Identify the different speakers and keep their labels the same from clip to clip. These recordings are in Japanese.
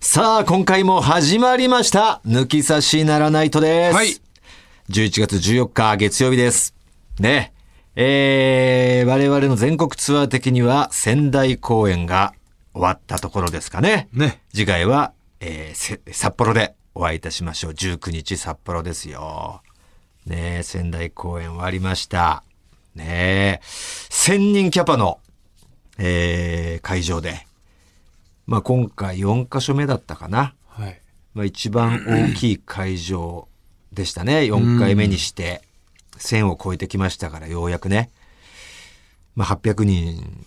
Speaker 1: さあ、今回も始まりました。抜き差しならないとです。
Speaker 2: はい。
Speaker 1: 11月14日月曜日です。ね。えー、我々の全国ツアー的には仙台公演が終わったところですかね。
Speaker 2: ね。
Speaker 1: 次回は、えーせ札幌でお会いいたしましょう。19日札幌ですよ。ねえ、仙台公演終わりました。ねえ、1000人キャパの、えー会場で。まあ今回4カ所目だったかな。
Speaker 2: はい。
Speaker 1: まあ、一番大きい会場でしたね。4回目にして、1000を超えてきましたから、ようやくね。まあ、800人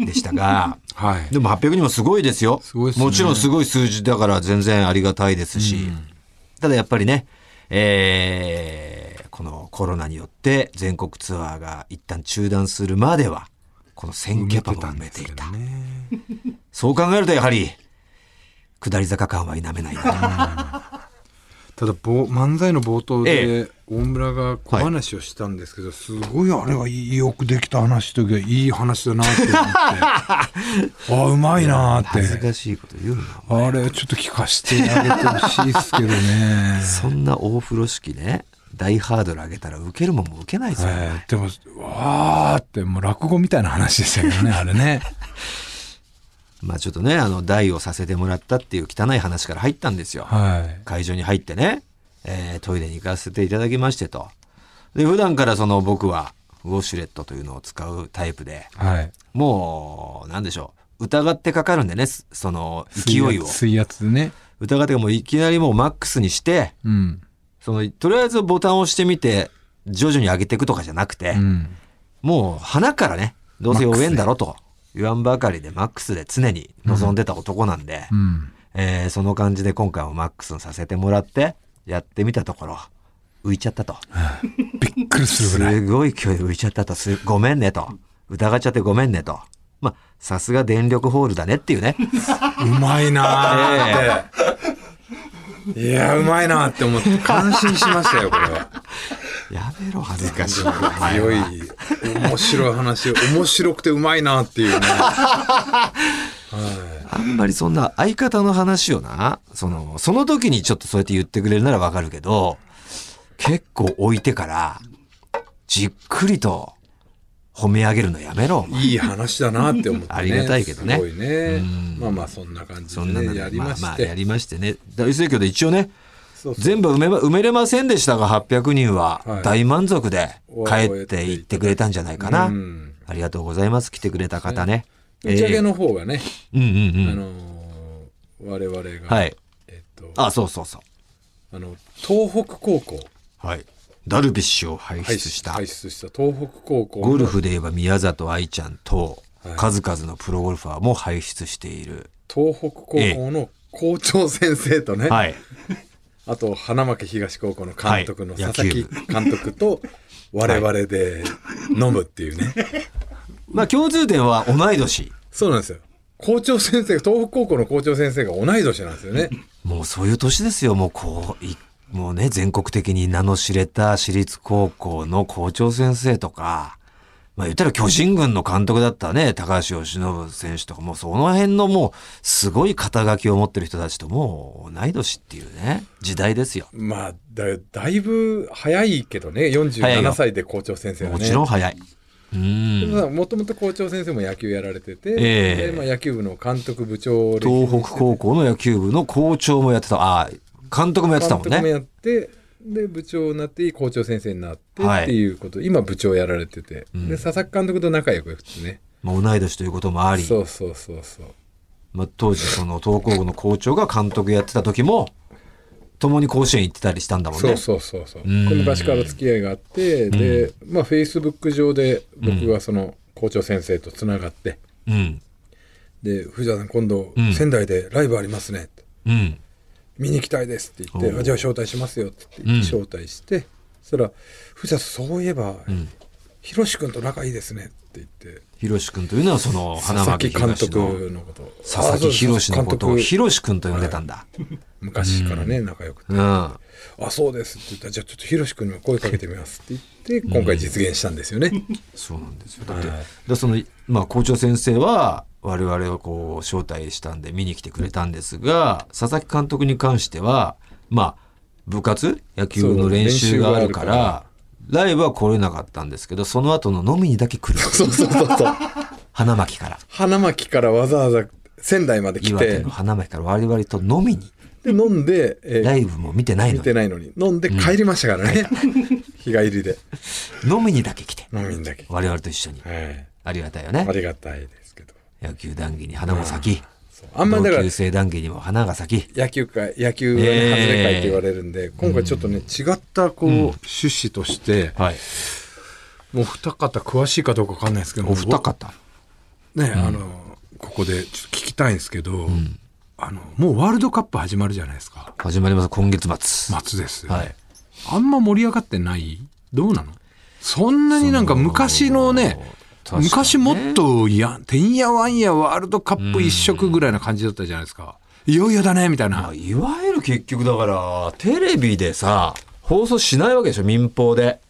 Speaker 1: でしたが、
Speaker 2: はい。
Speaker 1: でも800人もすごいですよ。
Speaker 2: すごいですね
Speaker 1: もちろんすごい数字だから全然ありがたいですし、ただやっぱりね、えーこのコロナによって全国ツアーが一旦中断するまでは、この1000キャパも埋めていた。
Speaker 2: ね。
Speaker 1: そう考えるとやはり、下り坂感は否めないなと。
Speaker 2: ただ、ぼう漫才の冒頭
Speaker 1: え
Speaker 2: で、大村が小話をしたんですけど、すごいあれはいいよくできた話というか、いい話だ なって思って。あ、うまいなー
Speaker 1: 恥ず
Speaker 2: って。
Speaker 1: かしいこと言うな。
Speaker 2: あれ、ちょっと聞かせてあげてほしいですけどね。
Speaker 1: そんな大風呂敷ね、大ハードル上げたら受けるもんも受けないぞ。
Speaker 2: えーでも、わーって、もう落語みたいな話でしたけどね、あれね。
Speaker 1: まあちょっとね、あの、代をさせてもらったっていう汚い話から入ったんですよ。
Speaker 2: はい。
Speaker 1: 会場に入ってね、えートイレに行かせていただきましてと。で、普段からその僕はウォシュレットというのを使うタイプで、
Speaker 2: はい。
Speaker 1: もう、なんでしょう。疑ってかかるんでね、すその勢いを。
Speaker 2: 水圧でね。
Speaker 1: 疑ってかもういきなりもうマックスにして、
Speaker 2: うん。
Speaker 1: その、とりあえずボタンを押してみて、徐々に上げていくとかじゃなくて、
Speaker 2: うん。
Speaker 1: もう花からね、どうせ弱えんだろと言わんばかりでマックスで常に望んでた男なんで、
Speaker 2: うん。
Speaker 1: えーその感じで今回もマックスにさせてもらって、やってみたところ、浮いちゃったと。
Speaker 2: びっくりするぐらい。
Speaker 1: すごい勢いで浮いちゃったと。すごめんねと。疑っちゃってごめんねと。まあ、さすが電力ホールだねっていうね。
Speaker 2: うまいなーって。いや、うまいなーって思って、感心しましたよ、これは。
Speaker 1: やめろ、恥ずかしい。
Speaker 2: 強い、面白い話、面白くてうまいなーっていうね。
Speaker 1: あんまりそんな相方の話をな、その、その時にちょっとそうやって言ってくれるならわかるけど、結構置いてから、じっくりと褒め上げるのやめろ、お前
Speaker 2: いい話だなーって思って、ね。
Speaker 1: ありがたいけどね
Speaker 2: すごいね
Speaker 1: うん。
Speaker 2: まあまあ、そんな感じ
Speaker 1: そんな
Speaker 2: で
Speaker 1: の
Speaker 2: ね、
Speaker 1: で
Speaker 2: やり
Speaker 1: ま
Speaker 2: ま
Speaker 1: あま
Speaker 2: し
Speaker 1: あや
Speaker 2: て。
Speaker 1: りましてね。大盛況で一応ね、
Speaker 2: そうそう
Speaker 1: 全部埋めま埋めれませんでしたが、800人
Speaker 2: は
Speaker 1: はい大満足で
Speaker 2: 終
Speaker 1: 帰って
Speaker 2: えて
Speaker 1: 行
Speaker 2: い
Speaker 1: ったてくれたんじゃないかな
Speaker 2: うん。
Speaker 1: ありがとうございます。来てくれた方ね。え
Speaker 2: 打ち上げ
Speaker 1: ー
Speaker 2: の方がね、
Speaker 1: うんう
Speaker 2: あ
Speaker 1: んうん。
Speaker 2: のー、我々が、
Speaker 1: はい。
Speaker 2: えっと、
Speaker 1: あ、そうそうそう。
Speaker 2: あの、東北高校、
Speaker 1: はい。ダルビッシュを輩出した。
Speaker 2: 排出した東北高校の
Speaker 1: ゴルフで言えば宮里藍ちゃんと、
Speaker 2: はい
Speaker 1: 数々のプロゴルファーも輩出している。
Speaker 2: 東北高校の校長先生とね、
Speaker 1: はい。
Speaker 2: あと花巻東高校の監督の
Speaker 1: はい
Speaker 2: 佐々木
Speaker 1: 野
Speaker 2: 監督と我々で飲むっていうね、
Speaker 1: まあ共通点は同い年。
Speaker 2: そうなんですよ校長先生東北高校の校長先生が同い年なんですよね
Speaker 1: もうそういう年ですよ。もうこう、いもうね、全国的に名の知れた私立高校の校長先生とか、まあ言ったら巨人軍の監督だったね、高橋由伸選手とか、もうその辺のもう、すごい肩書きを持ってる人たちともう同い年っていうね、時代ですよ。
Speaker 2: まあだだいぶ早いけどね
Speaker 1: 早いよ
Speaker 2: 47歳で校長先生はね
Speaker 1: もちろん早い。うん。
Speaker 2: もともと校長先生も野球やられてて、
Speaker 1: ええ
Speaker 2: でまあ、野球部の監督部長歴
Speaker 1: 東北高校の野球部の校長もやってた。ああ、監督もやってたも
Speaker 2: 監
Speaker 1: ん
Speaker 2: 督も
Speaker 1: ね。
Speaker 2: やってで部長になって校長先生になって
Speaker 1: はい
Speaker 2: っていうこと、今部長やられてて、
Speaker 1: ん
Speaker 2: で佐々木監督と仲良くってね
Speaker 1: まあ、同い年ということもあり、
Speaker 2: そうそうそうそう
Speaker 1: まあ、当時その東高校の校長が監督やってた時も、共に甲子園行ってたりしたんだもん
Speaker 2: そう
Speaker 1: ね。
Speaker 2: そうそうそう、
Speaker 1: ん
Speaker 2: この昔から付き合いがあってでまあフェイスブック上で僕がその校長先生とつながって、
Speaker 1: うん。
Speaker 2: で藤田さん今度
Speaker 1: ん
Speaker 2: 仙台でライブありますねって
Speaker 1: うん。
Speaker 2: 見に行きたいですって言っ
Speaker 1: お
Speaker 2: て
Speaker 1: う
Speaker 2: あじゃあ招待しますよって言って招待して、そしたら藤田さんそういえば、ひろし君と仲いいですねって言って
Speaker 1: ひろし君というのはその
Speaker 2: 佐
Speaker 1: 花
Speaker 2: 々
Speaker 1: 巻
Speaker 2: 木監
Speaker 1: 東の
Speaker 2: 督のこと
Speaker 1: 佐々木ひろしのことをひ
Speaker 2: ろ
Speaker 1: ろし君と呼んでたんだ。
Speaker 2: 昔からね仲良くて
Speaker 1: うん。
Speaker 2: 「あそうです」って言ったら「じゃあちょっとひろし君にも声かけてみます」ってって今回実現したんですよね。
Speaker 1: そうなんですよ。だって、でその、まあ、校長先生は、我々をこう、招待したんで見に来てくれたんですが、佐々木監督に関しては、まあ、部活野球
Speaker 2: そ
Speaker 1: の
Speaker 2: う
Speaker 1: 練習があるか
Speaker 2: 練習があ
Speaker 1: ら、ライブは来れなかったんですけど、その後の飲みにだけ来る。
Speaker 2: そうそうそうそう。
Speaker 1: 花巻から。
Speaker 2: 花巻からわざわざ仙台まで来
Speaker 1: 岩手
Speaker 2: て
Speaker 1: の花巻から我々と飲みに、
Speaker 2: で飲んで、えー
Speaker 1: ライブも見てない
Speaker 2: 見
Speaker 1: の
Speaker 2: て
Speaker 1: に、
Speaker 2: ないのに飲んで帰りましたか らね、日帰りで
Speaker 1: 飲みにだけ来て、
Speaker 2: 飲みんだけ、
Speaker 1: 我々と一緒に。
Speaker 2: え
Speaker 1: ありがたいよ
Speaker 2: えあ
Speaker 1: ね。
Speaker 2: りがたいですけど
Speaker 1: 野球談義に花も咲き、
Speaker 2: そうあんまりだか
Speaker 1: 同
Speaker 2: ら
Speaker 1: 級生談義にも花が咲き、
Speaker 2: 野球界野球の外れ会って言われるんで、今回ちょっとね違ったこう、趣旨として
Speaker 1: はい。
Speaker 2: もう二方詳しいかどうかわかんないですけど
Speaker 1: お二方。
Speaker 2: ね、あのここでちょっと聞きたいんですけど、あのもうワールドカップ始まるじゃないですか
Speaker 1: 始まります、今月末。
Speaker 2: 松です、
Speaker 1: はい。
Speaker 2: あんま盛り上がってないどうなのそんなになんか昔のね、
Speaker 1: そう確かにね
Speaker 2: 昔もっといや、てんやわんやワールドカップ一色ぐらいな感じだったじゃないですか。いよいよだね、みたい
Speaker 1: ま
Speaker 2: な
Speaker 1: あ。いわゆる結局だから、テレビでさ、放送しないわけでしょ、民放で。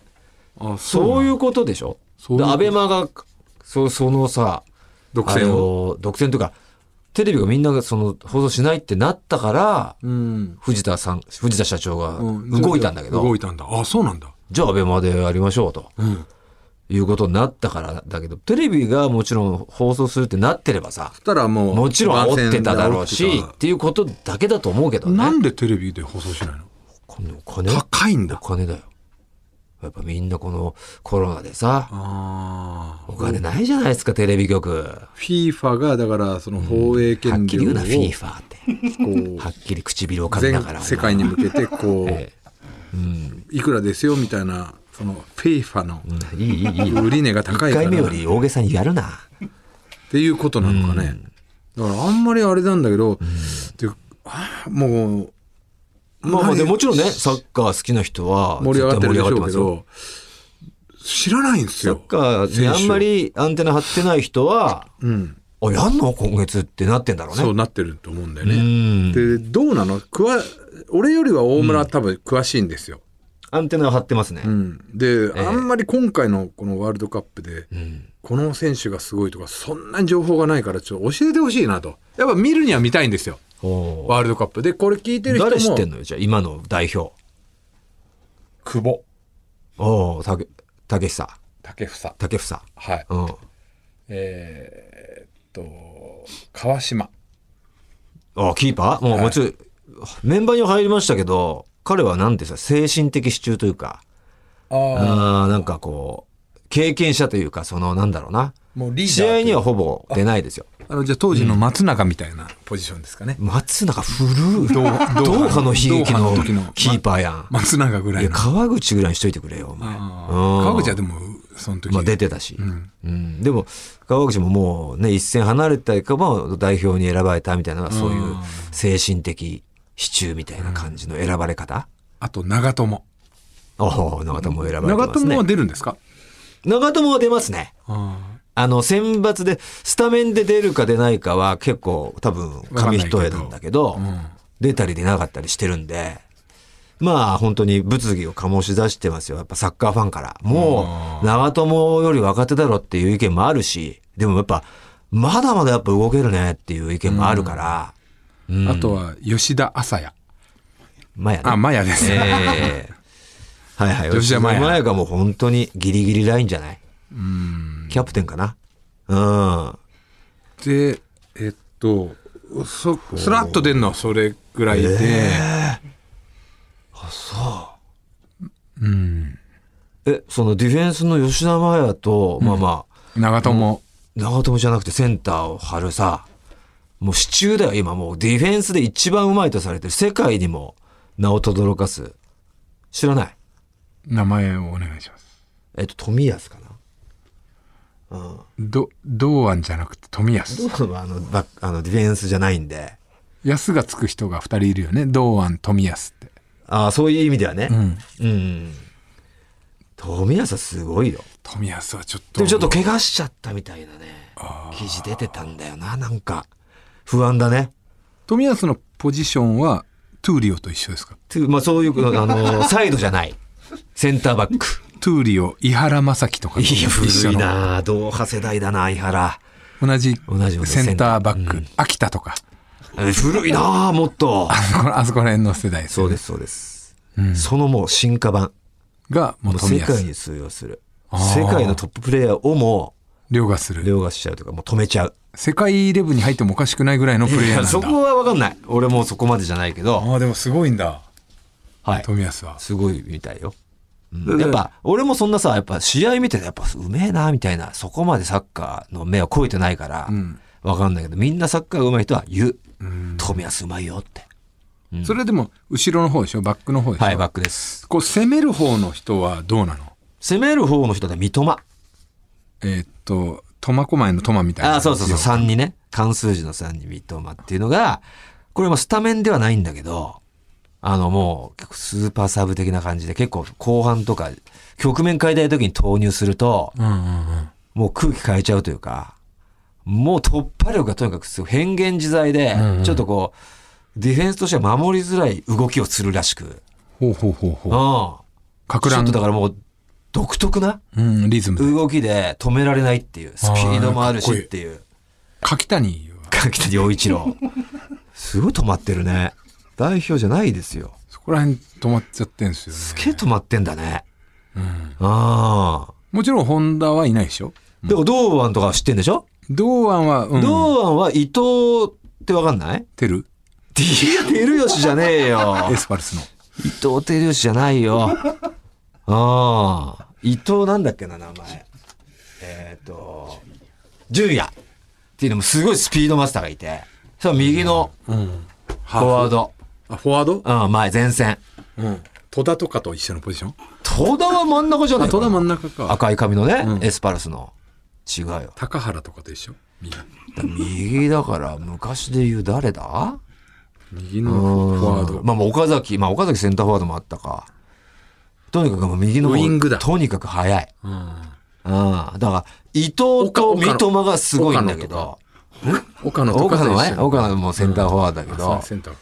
Speaker 2: あ
Speaker 1: そう
Speaker 2: う。
Speaker 1: いうことでしょ。
Speaker 2: そういうこと
Speaker 1: でアベマが、そそのさ、
Speaker 2: 独占
Speaker 1: を。独占というか、テレビがみんながその放送しないってなったから、
Speaker 2: うん。
Speaker 1: 藤田さん、藤田社長が
Speaker 2: うん
Speaker 1: 動いたんだけど、
Speaker 2: 動いたんだ。あ、そうなんだ。
Speaker 1: じゃあアベマでやりましょうと
Speaker 2: うん。
Speaker 1: いうことになったからだけど、テレビがもちろん放送するってなってればさ、
Speaker 2: たらも
Speaker 1: もちろん煽ってただろうし、っていうことだけだと思うけどね。
Speaker 2: なんでテレビで放送しないの
Speaker 1: このお金
Speaker 2: 高いん
Speaker 1: お
Speaker 2: だ。
Speaker 1: 金だよ。やっぱみんなこのコロナでさ、
Speaker 2: ああ。
Speaker 1: お金ないじゃないですか、テレビ局。
Speaker 2: FIFA が、だから、その放映
Speaker 1: はっ
Speaker 2: 権
Speaker 1: きり
Speaker 2: 料
Speaker 1: 言うな、
Speaker 2: を
Speaker 1: フィーファーって。
Speaker 2: こ
Speaker 1: はっきり唇を
Speaker 2: う、
Speaker 1: かみながら。
Speaker 2: 全世界に向けて、こう
Speaker 1: え、えうん。
Speaker 2: いくらですよみたいなそのフェイファの
Speaker 1: いい、いい、いい。
Speaker 2: 売り値が高
Speaker 1: 1
Speaker 2: いか
Speaker 1: 回
Speaker 2: ら
Speaker 1: 目よ
Speaker 2: っ
Speaker 1: り大げさにやるな。
Speaker 2: ていうことなのかね、だからあんまりあれなんだけど、であもう
Speaker 1: まあまあ、
Speaker 2: 何
Speaker 1: でもちろんね、サッカー好きな人は、
Speaker 2: 盛り上がってるでしょうけ
Speaker 1: 絶対盛り上がってま
Speaker 2: ど知らないんです
Speaker 1: すよ。
Speaker 2: よ
Speaker 1: サッカーにあんまりアンテナ張ってない人は、
Speaker 2: うん、
Speaker 1: あ、やんの今月ってなってんだろうね。
Speaker 2: そうなってると思うんだよ
Speaker 1: う
Speaker 2: ね、
Speaker 1: ん。
Speaker 2: でどうなのくわ俺よりは大村は多分詳しいんですよ、
Speaker 1: アンテナ張ってますね
Speaker 2: うん。で、あんまり今回のこのワールドカップで、
Speaker 1: うん。
Speaker 2: この選手がすごいとかそんなに情報がないからちょっと教えてほしいなとやっぱ見るには見たいんですよ
Speaker 1: おー
Speaker 2: ワールドカップでこれ聞いてる人も
Speaker 1: 誰知ってんのよ、じゃあ、今の代表。
Speaker 2: 久保
Speaker 1: おお、たけ、たけしさ、
Speaker 2: 武房
Speaker 1: たけふさ。
Speaker 2: はい
Speaker 1: うん。
Speaker 2: えーっと川島
Speaker 1: あキーパーもう、もちろん、メンバーには入りましたけど、彼はなんてさ、精神的支柱というか、
Speaker 2: ああ
Speaker 1: あーなんかこう、経験者というか、その、なんだろうな。
Speaker 2: もうリーダー
Speaker 1: 試
Speaker 2: という
Speaker 1: 合にはほぼ出ないですよ。
Speaker 2: あのじゃあ当時の松中みたいなポジションですかね、
Speaker 1: 松中古い。ド
Speaker 2: ドーハ
Speaker 1: ーハの悲劇
Speaker 2: ドーハの時
Speaker 1: の
Speaker 2: の
Speaker 1: キーパーやん。
Speaker 2: 松永ぐら
Speaker 1: い
Speaker 2: い
Speaker 1: や、
Speaker 2: の
Speaker 1: 川口ぐらいにしといてくれよ、お前。
Speaker 2: あ
Speaker 1: う
Speaker 2: ー
Speaker 1: ん
Speaker 2: 川口はでもその時、
Speaker 1: まあ出てたし、
Speaker 2: ん
Speaker 1: うんでも川口ももうね一線離れたりかも代表に選ばれたみたいなのはそういう精神的支柱みたいな感じの選ばれ方、
Speaker 2: あと長友
Speaker 1: おお長友選ばれて
Speaker 2: 長
Speaker 1: ます
Speaker 2: 友
Speaker 1: ね
Speaker 2: は出るんですか
Speaker 1: 長友は出ますね
Speaker 2: あ
Speaker 1: あの選抜でスタメンで出るか出ないかは結構多分紙一重なんだけど
Speaker 2: ーうん
Speaker 1: 出たり出なかったりしてるんでまあ本当に物議を醸し出してますよやっぱサッカーファンからもう長友より若手だろっていう意見もあるしでもやっぱまだまだやっぱ動けるねっていう意見もあるから、
Speaker 2: あとは吉田麻也
Speaker 1: まあやね
Speaker 2: あマヤです、ね
Speaker 1: ええはいはい
Speaker 2: 吉
Speaker 1: 吉
Speaker 2: 田
Speaker 1: 田
Speaker 2: 麻
Speaker 1: 麻
Speaker 2: 也
Speaker 1: 也がもう本当にギリギリラインじゃないキャプテンかなうん
Speaker 2: でえっとそスラッと出るのはそれぐらいで、
Speaker 1: え、そのディフェンスの吉田麻也と、まあまあ、
Speaker 2: 長友、
Speaker 1: 長友じゃなくてセンターを張るさ、もう支柱だよ、今もう。ディフェンスで一番うまいとされてる。世界にも名を轟かす。知らない。
Speaker 2: 名前をお願いします
Speaker 1: えっと、富安かな。
Speaker 2: ど堂安じゃなくて富安
Speaker 1: どう もあの、バックあの、ディフェンスじゃないんで。
Speaker 2: 安がつく人が2人いるよね堂安富安って
Speaker 1: ああ、そういう意味ではね。
Speaker 2: ん
Speaker 1: うん。富安すごいよ。
Speaker 2: 富安はちょっ
Speaker 1: で
Speaker 2: と
Speaker 1: もちょっと怪我しちゃったみたいなね。記事出てたんだよな、なんか。不安だね。
Speaker 2: 富安のポジションはトゥーリオと一緒ですか
Speaker 1: トゥまあそういう、あの、サイドじゃない。センターバック。
Speaker 2: トトゥーリオ、伊原正樹とか
Speaker 1: い
Speaker 2: と
Speaker 1: い
Speaker 2: 一緒
Speaker 1: 古い
Speaker 2: の
Speaker 1: な同派世代だな、伊原。
Speaker 2: 同じ
Speaker 1: 同じ
Speaker 2: センターバック、
Speaker 1: うん
Speaker 2: 秋田とか、
Speaker 1: え古いなもっと。
Speaker 2: あのあ そこら辺の世代です
Speaker 1: そう
Speaker 2: よね
Speaker 1: です、そうです。そのもう進化版。
Speaker 2: が、も
Speaker 1: もう
Speaker 2: う
Speaker 1: 世
Speaker 2: 富
Speaker 1: 界
Speaker 2: 安、
Speaker 1: に通用する。
Speaker 2: あー
Speaker 1: 世界のトッププレイヤーをも
Speaker 2: 凌駕す
Speaker 1: う、
Speaker 2: る。
Speaker 1: 凌駕しちゃうというか、もう止めちゃう。
Speaker 2: 世界イレブンに入ってもおかしくないぐらいのプレイ
Speaker 1: い
Speaker 2: ヤー
Speaker 1: や、
Speaker 2: な
Speaker 1: そ
Speaker 2: んだ。
Speaker 1: こはわかんない。俺もうそこまでじゃないけど、
Speaker 2: ああ、でもすごいんだ、
Speaker 1: はい。
Speaker 2: 富安は。
Speaker 1: すごいみたいよ。うん
Speaker 2: だから
Speaker 1: やっぱ、俺もそんなさ、やっぱ試合見てて、やっぱうめえな、みたいな、そこまでサッカーの目を超えてないから、
Speaker 2: うん
Speaker 1: わかんないけど、みんなサッカーがうまい人は言う。富安うまいよって。
Speaker 2: それでも、後ろの方でしょバックの方でしょ
Speaker 1: はい、バックです。
Speaker 2: こう、攻める方の人はどうなの
Speaker 1: 攻める方の人で三笘。
Speaker 2: えーっと、苫小牧の苫みたいな。
Speaker 1: ああ、そうそうそう、3にね、関数字の3に三笘っていうのが、これもスタメンではないんだけど、あのもう結構スーパーサブ的な感じで結構後半とか局面変えたい時に投入すると、
Speaker 2: うんうんうん。
Speaker 1: もう空気変えちゃうというか、もう突破力がとにかくすごい変幻自在で、
Speaker 2: うんうん
Speaker 1: ちょっとこう、ディフェンスとしては守りづらい動きをするらしく。
Speaker 2: ほうほうほ
Speaker 1: う。
Speaker 2: うほうん
Speaker 1: ち。ょ
Speaker 2: か乱
Speaker 1: っとだからもう、独特な
Speaker 2: うん、リズム。
Speaker 1: 動きで止められないっていう、スピードもあるしっていう。
Speaker 2: 柿谷は、
Speaker 1: 柿田洋一郎。すごい止まってるね。代表じゃないですよ。
Speaker 2: そこら辺止まっちゃってんすよね。
Speaker 1: すげえ止まってんだね。
Speaker 2: うん。
Speaker 1: ああ。
Speaker 2: もちろん、ホンダはいないでしょ
Speaker 1: でも、堂安とかは知ってんでしょ
Speaker 2: 堂安は、うん。
Speaker 1: 堂安は伊藤ってわかんない
Speaker 2: てる
Speaker 1: いや、照吉じゃねえよ。
Speaker 2: エスパルスの。
Speaker 1: 伊藤照吉じゃないよ。 ああ。伊藤なんだっけな、名前。えっ、と、純也。っていうのもすごいスピードマスターがいて。その右の
Speaker 2: うん。
Speaker 1: フォワード。
Speaker 2: あ、フォワード
Speaker 1: うん、前、前線。
Speaker 2: うん。戸田とかと一緒のポジション
Speaker 1: 戸田は真ん中じゃない
Speaker 2: 戸
Speaker 1: か
Speaker 2: 田
Speaker 1: な
Speaker 2: 真ん中か。
Speaker 1: 赤い髪のね、
Speaker 2: うん
Speaker 1: エスパルスの。違うよ。
Speaker 2: 高原とかと一緒右。
Speaker 1: 右だから、昔で言う誰だ
Speaker 2: 右
Speaker 1: う
Speaker 2: の
Speaker 1: ん
Speaker 2: フォワード。
Speaker 1: まあ、もう岡崎、まあ、岡崎センターフォワードもあったか。とにかくもう右の方
Speaker 2: ウイングだ
Speaker 1: とにかく速い。
Speaker 2: うん。
Speaker 1: うん。だから、伊藤と三笘がすごいんだけど。
Speaker 2: 岡野と
Speaker 1: 岡
Speaker 2: か
Speaker 1: 野
Speaker 2: と一
Speaker 1: ね。
Speaker 2: 緒。
Speaker 1: 岡野もセンターフォワードだけど。
Speaker 2: あそうセンター。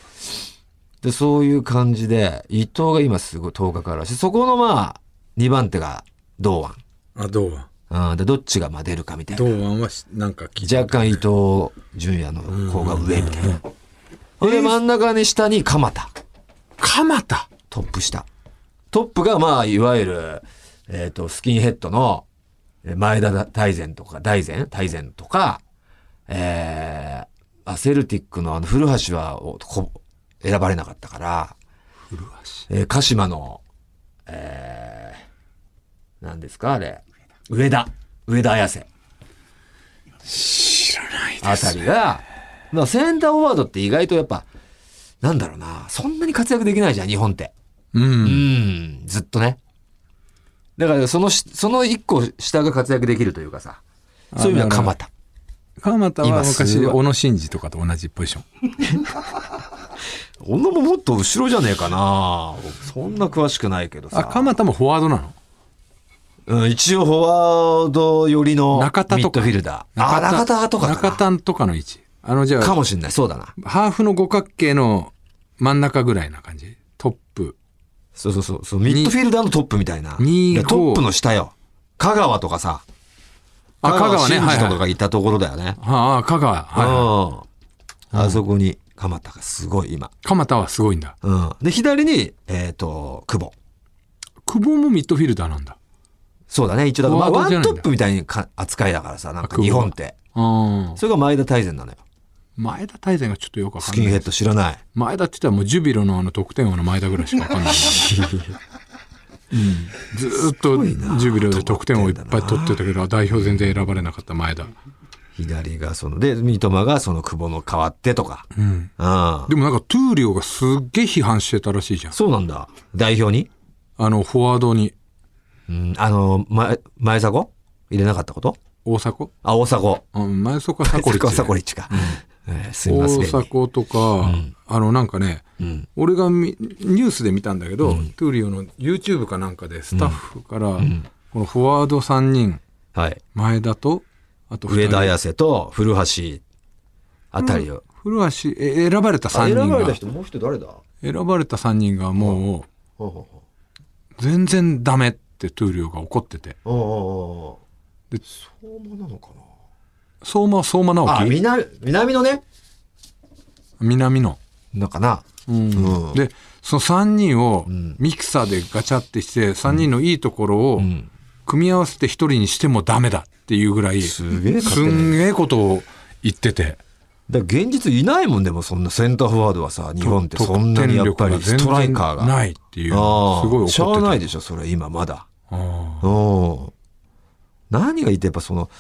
Speaker 1: で、そういう感じで、伊藤が今すごい10日からし、そこのまあ、2番手が堂
Speaker 2: あ、堂安。
Speaker 1: 安。うん。で、どっちがまあ出るかみたいな
Speaker 2: 堂。安はしなんか聞いて
Speaker 1: 若干伊東純也の方が上みたいな。ほんで真ん中に下に鎌田、
Speaker 2: 鎌田
Speaker 1: トップ下。トップがまあ、いわゆる、えっ、と、スキンヘッドのえー前田大然とか、大然大然とか、えー、アセルティックのあの、古橋はおこ選ばれなかったから、
Speaker 2: 古橋。
Speaker 1: えー鹿島の、えー、何ですかあれ、上田、上田綾瀬。
Speaker 2: 知らない
Speaker 1: あたりが、まあ、センターフォワードって意外とやっぱ、なんだろうな、そんなに活躍できないじゃん、日本って。
Speaker 2: う。
Speaker 1: うんん、ずっとね。だから、そのし、その一個下が活躍できるというかさ、そういう意味では鎌田。
Speaker 2: 鎌田
Speaker 1: 今
Speaker 2: は
Speaker 1: す
Speaker 2: 昔、
Speaker 1: ごい
Speaker 2: 小野伸二とかと同じポジション。
Speaker 1: 小野ももっと後ろじゃねえかなそんな詳しくないけど
Speaker 2: あ、
Speaker 1: さ。
Speaker 2: 鎌田もフォワードなの
Speaker 1: うん、一応フォワード寄りのミ
Speaker 2: 中田とか
Speaker 1: ッドフィルダー。あ、中田とかか
Speaker 2: 中
Speaker 1: な
Speaker 2: 田とかの位置。あの、じゃ
Speaker 1: か
Speaker 2: あ、
Speaker 1: もしんない。そうだな。
Speaker 2: ハーフの五角形の真ん中ぐらいな感じ。トップ。
Speaker 1: そうそうそうそう。ミッドフィルダーのトップみたいな。
Speaker 2: に
Speaker 1: いやトップの下よ。香川とかさ。
Speaker 2: あ、香川ね。
Speaker 1: 真
Speaker 2: はい、
Speaker 1: 司とか
Speaker 2: は
Speaker 1: が
Speaker 2: い。
Speaker 1: いたところだよね。
Speaker 2: ああ、香川。はいはい、
Speaker 1: うん。あそこに鎌田がすごい今。
Speaker 2: 鎌田はすごいんだ。
Speaker 1: うん。で、左に、えっ、と、久保。
Speaker 2: 久保もミッドフィルダーなんだ。
Speaker 1: そうだね。一応だから、まあ、
Speaker 2: フォワード
Speaker 1: ワ
Speaker 2: じゃ
Speaker 1: ン
Speaker 2: ないんだ
Speaker 1: トップみたいなか扱いだからさ、なん
Speaker 2: あ
Speaker 1: か
Speaker 2: 久保
Speaker 1: 日本って。
Speaker 2: うん。
Speaker 1: それが前田大然なのよ。
Speaker 2: 前田大然がちょっとよくわか
Speaker 1: ス
Speaker 2: ん
Speaker 1: キン
Speaker 2: な
Speaker 1: ヘ
Speaker 2: い。
Speaker 1: ッド知ら ない。
Speaker 2: 前田って言ったらもうジュビロのあの得点王の前田ぐらいしかわかんない。ずーっとジュビロで得点をいっぱい取ってたけど、代表全然選ばれなかった前田。
Speaker 1: 左がその、で、三笘がその久保の代わってとか。
Speaker 2: うん。
Speaker 1: うん。
Speaker 2: でもなんかトゥーリオがすっげえ批判してたらしいじゃん。
Speaker 1: そうなんだ。代表に
Speaker 2: あの、フォワードに
Speaker 1: うん。あの、前、前迫入れなかったこと
Speaker 2: 大迫
Speaker 1: あ、大迫。
Speaker 2: うん、前迫サコリッチ。
Speaker 1: サコリッチか。えーすみません。
Speaker 2: 大迫とか、あのなんかね、
Speaker 1: うん。
Speaker 2: 俺がみニュースで見たんだけど、トゥーリオの YouTube かなんかでスタッフから、このフォワード3人、
Speaker 1: はい。
Speaker 2: 前田と、あと
Speaker 1: 上田
Speaker 2: や
Speaker 1: 綾瀬と古橋あたりを。
Speaker 2: 古橋、え選ばれた3人が、選ば
Speaker 1: もう一人誰だ
Speaker 2: れた3人がもう、
Speaker 1: ほうほうほ
Speaker 2: 全然ダメっって闘竜が怒ってて
Speaker 1: おうおうおう
Speaker 2: で
Speaker 1: 相馬なのか
Speaker 2: 相馬は相馬
Speaker 1: なあ
Speaker 2: 直樹
Speaker 1: 南南のね
Speaker 2: 南の、
Speaker 1: のかな
Speaker 2: うんでその3人を
Speaker 1: ん
Speaker 2: ミキサーでガチャってして3人のいいところを
Speaker 1: ん
Speaker 2: 組み合わせて1人にしてもダメだっていうぐらいす
Speaker 1: すげえ勝手
Speaker 2: ん
Speaker 1: ね
Speaker 2: げえことを言ってて
Speaker 1: だから現実いないもんでもそんなセンターフォワードはさ日本ってそんなにやっぱり
Speaker 2: 得点
Speaker 1: ス
Speaker 2: 力
Speaker 1: トラ
Speaker 2: が
Speaker 1: イ
Speaker 2: 全然
Speaker 1: カーが
Speaker 2: ないっていう
Speaker 1: ああ
Speaker 2: すごい
Speaker 1: しゃ
Speaker 2: 怒
Speaker 1: あ
Speaker 2: っ
Speaker 1: な
Speaker 2: て
Speaker 1: いでしょそれ今まだ
Speaker 2: たああ
Speaker 1: うん何が言ってやっぱその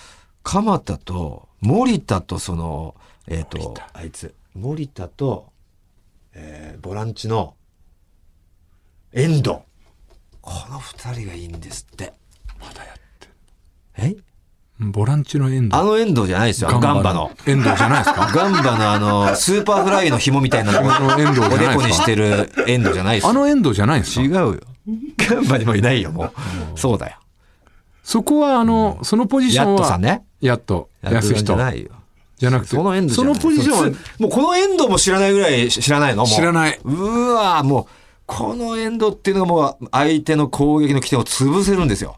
Speaker 1: 鎌田と森田とそのえっ、とあいつ森田と、えーボランチの遠藤この二人がいいんですって
Speaker 2: まだやって
Speaker 1: え
Speaker 2: るボランチの遠藤
Speaker 1: あの遠藤じゃないですよあのガンバの
Speaker 2: 遠藤じゃないです か
Speaker 1: ガンバのあ のスーパーフライの紐みたいなの
Speaker 2: あの遠藤
Speaker 1: お
Speaker 2: じゃ
Speaker 1: で
Speaker 2: ない
Speaker 1: こに
Speaker 2: で
Speaker 1: し
Speaker 2: すか
Speaker 1: てる遠藤じゃないです
Speaker 2: あ
Speaker 1: よ
Speaker 2: の遠藤じゃないです
Speaker 1: 違
Speaker 2: か
Speaker 1: うよガンバにもいないよもうそうだよ
Speaker 2: そこはあのそのポジショ
Speaker 1: や
Speaker 2: ン
Speaker 1: っとさん
Speaker 2: は
Speaker 1: ね
Speaker 2: やっと
Speaker 1: やっと
Speaker 2: 安
Speaker 1: さんじゃ
Speaker 2: 人
Speaker 1: ないよ
Speaker 2: じゃなくて
Speaker 1: そのエンドじ
Speaker 2: そ
Speaker 1: ゃな
Speaker 2: の
Speaker 1: い
Speaker 2: ポジションは
Speaker 1: そもうこのエンドも知らないぐらい知らないのもう
Speaker 2: 知らないう
Speaker 1: わもうこのエンドっていうのがもう相手の攻撃の起点を潰せるんですよ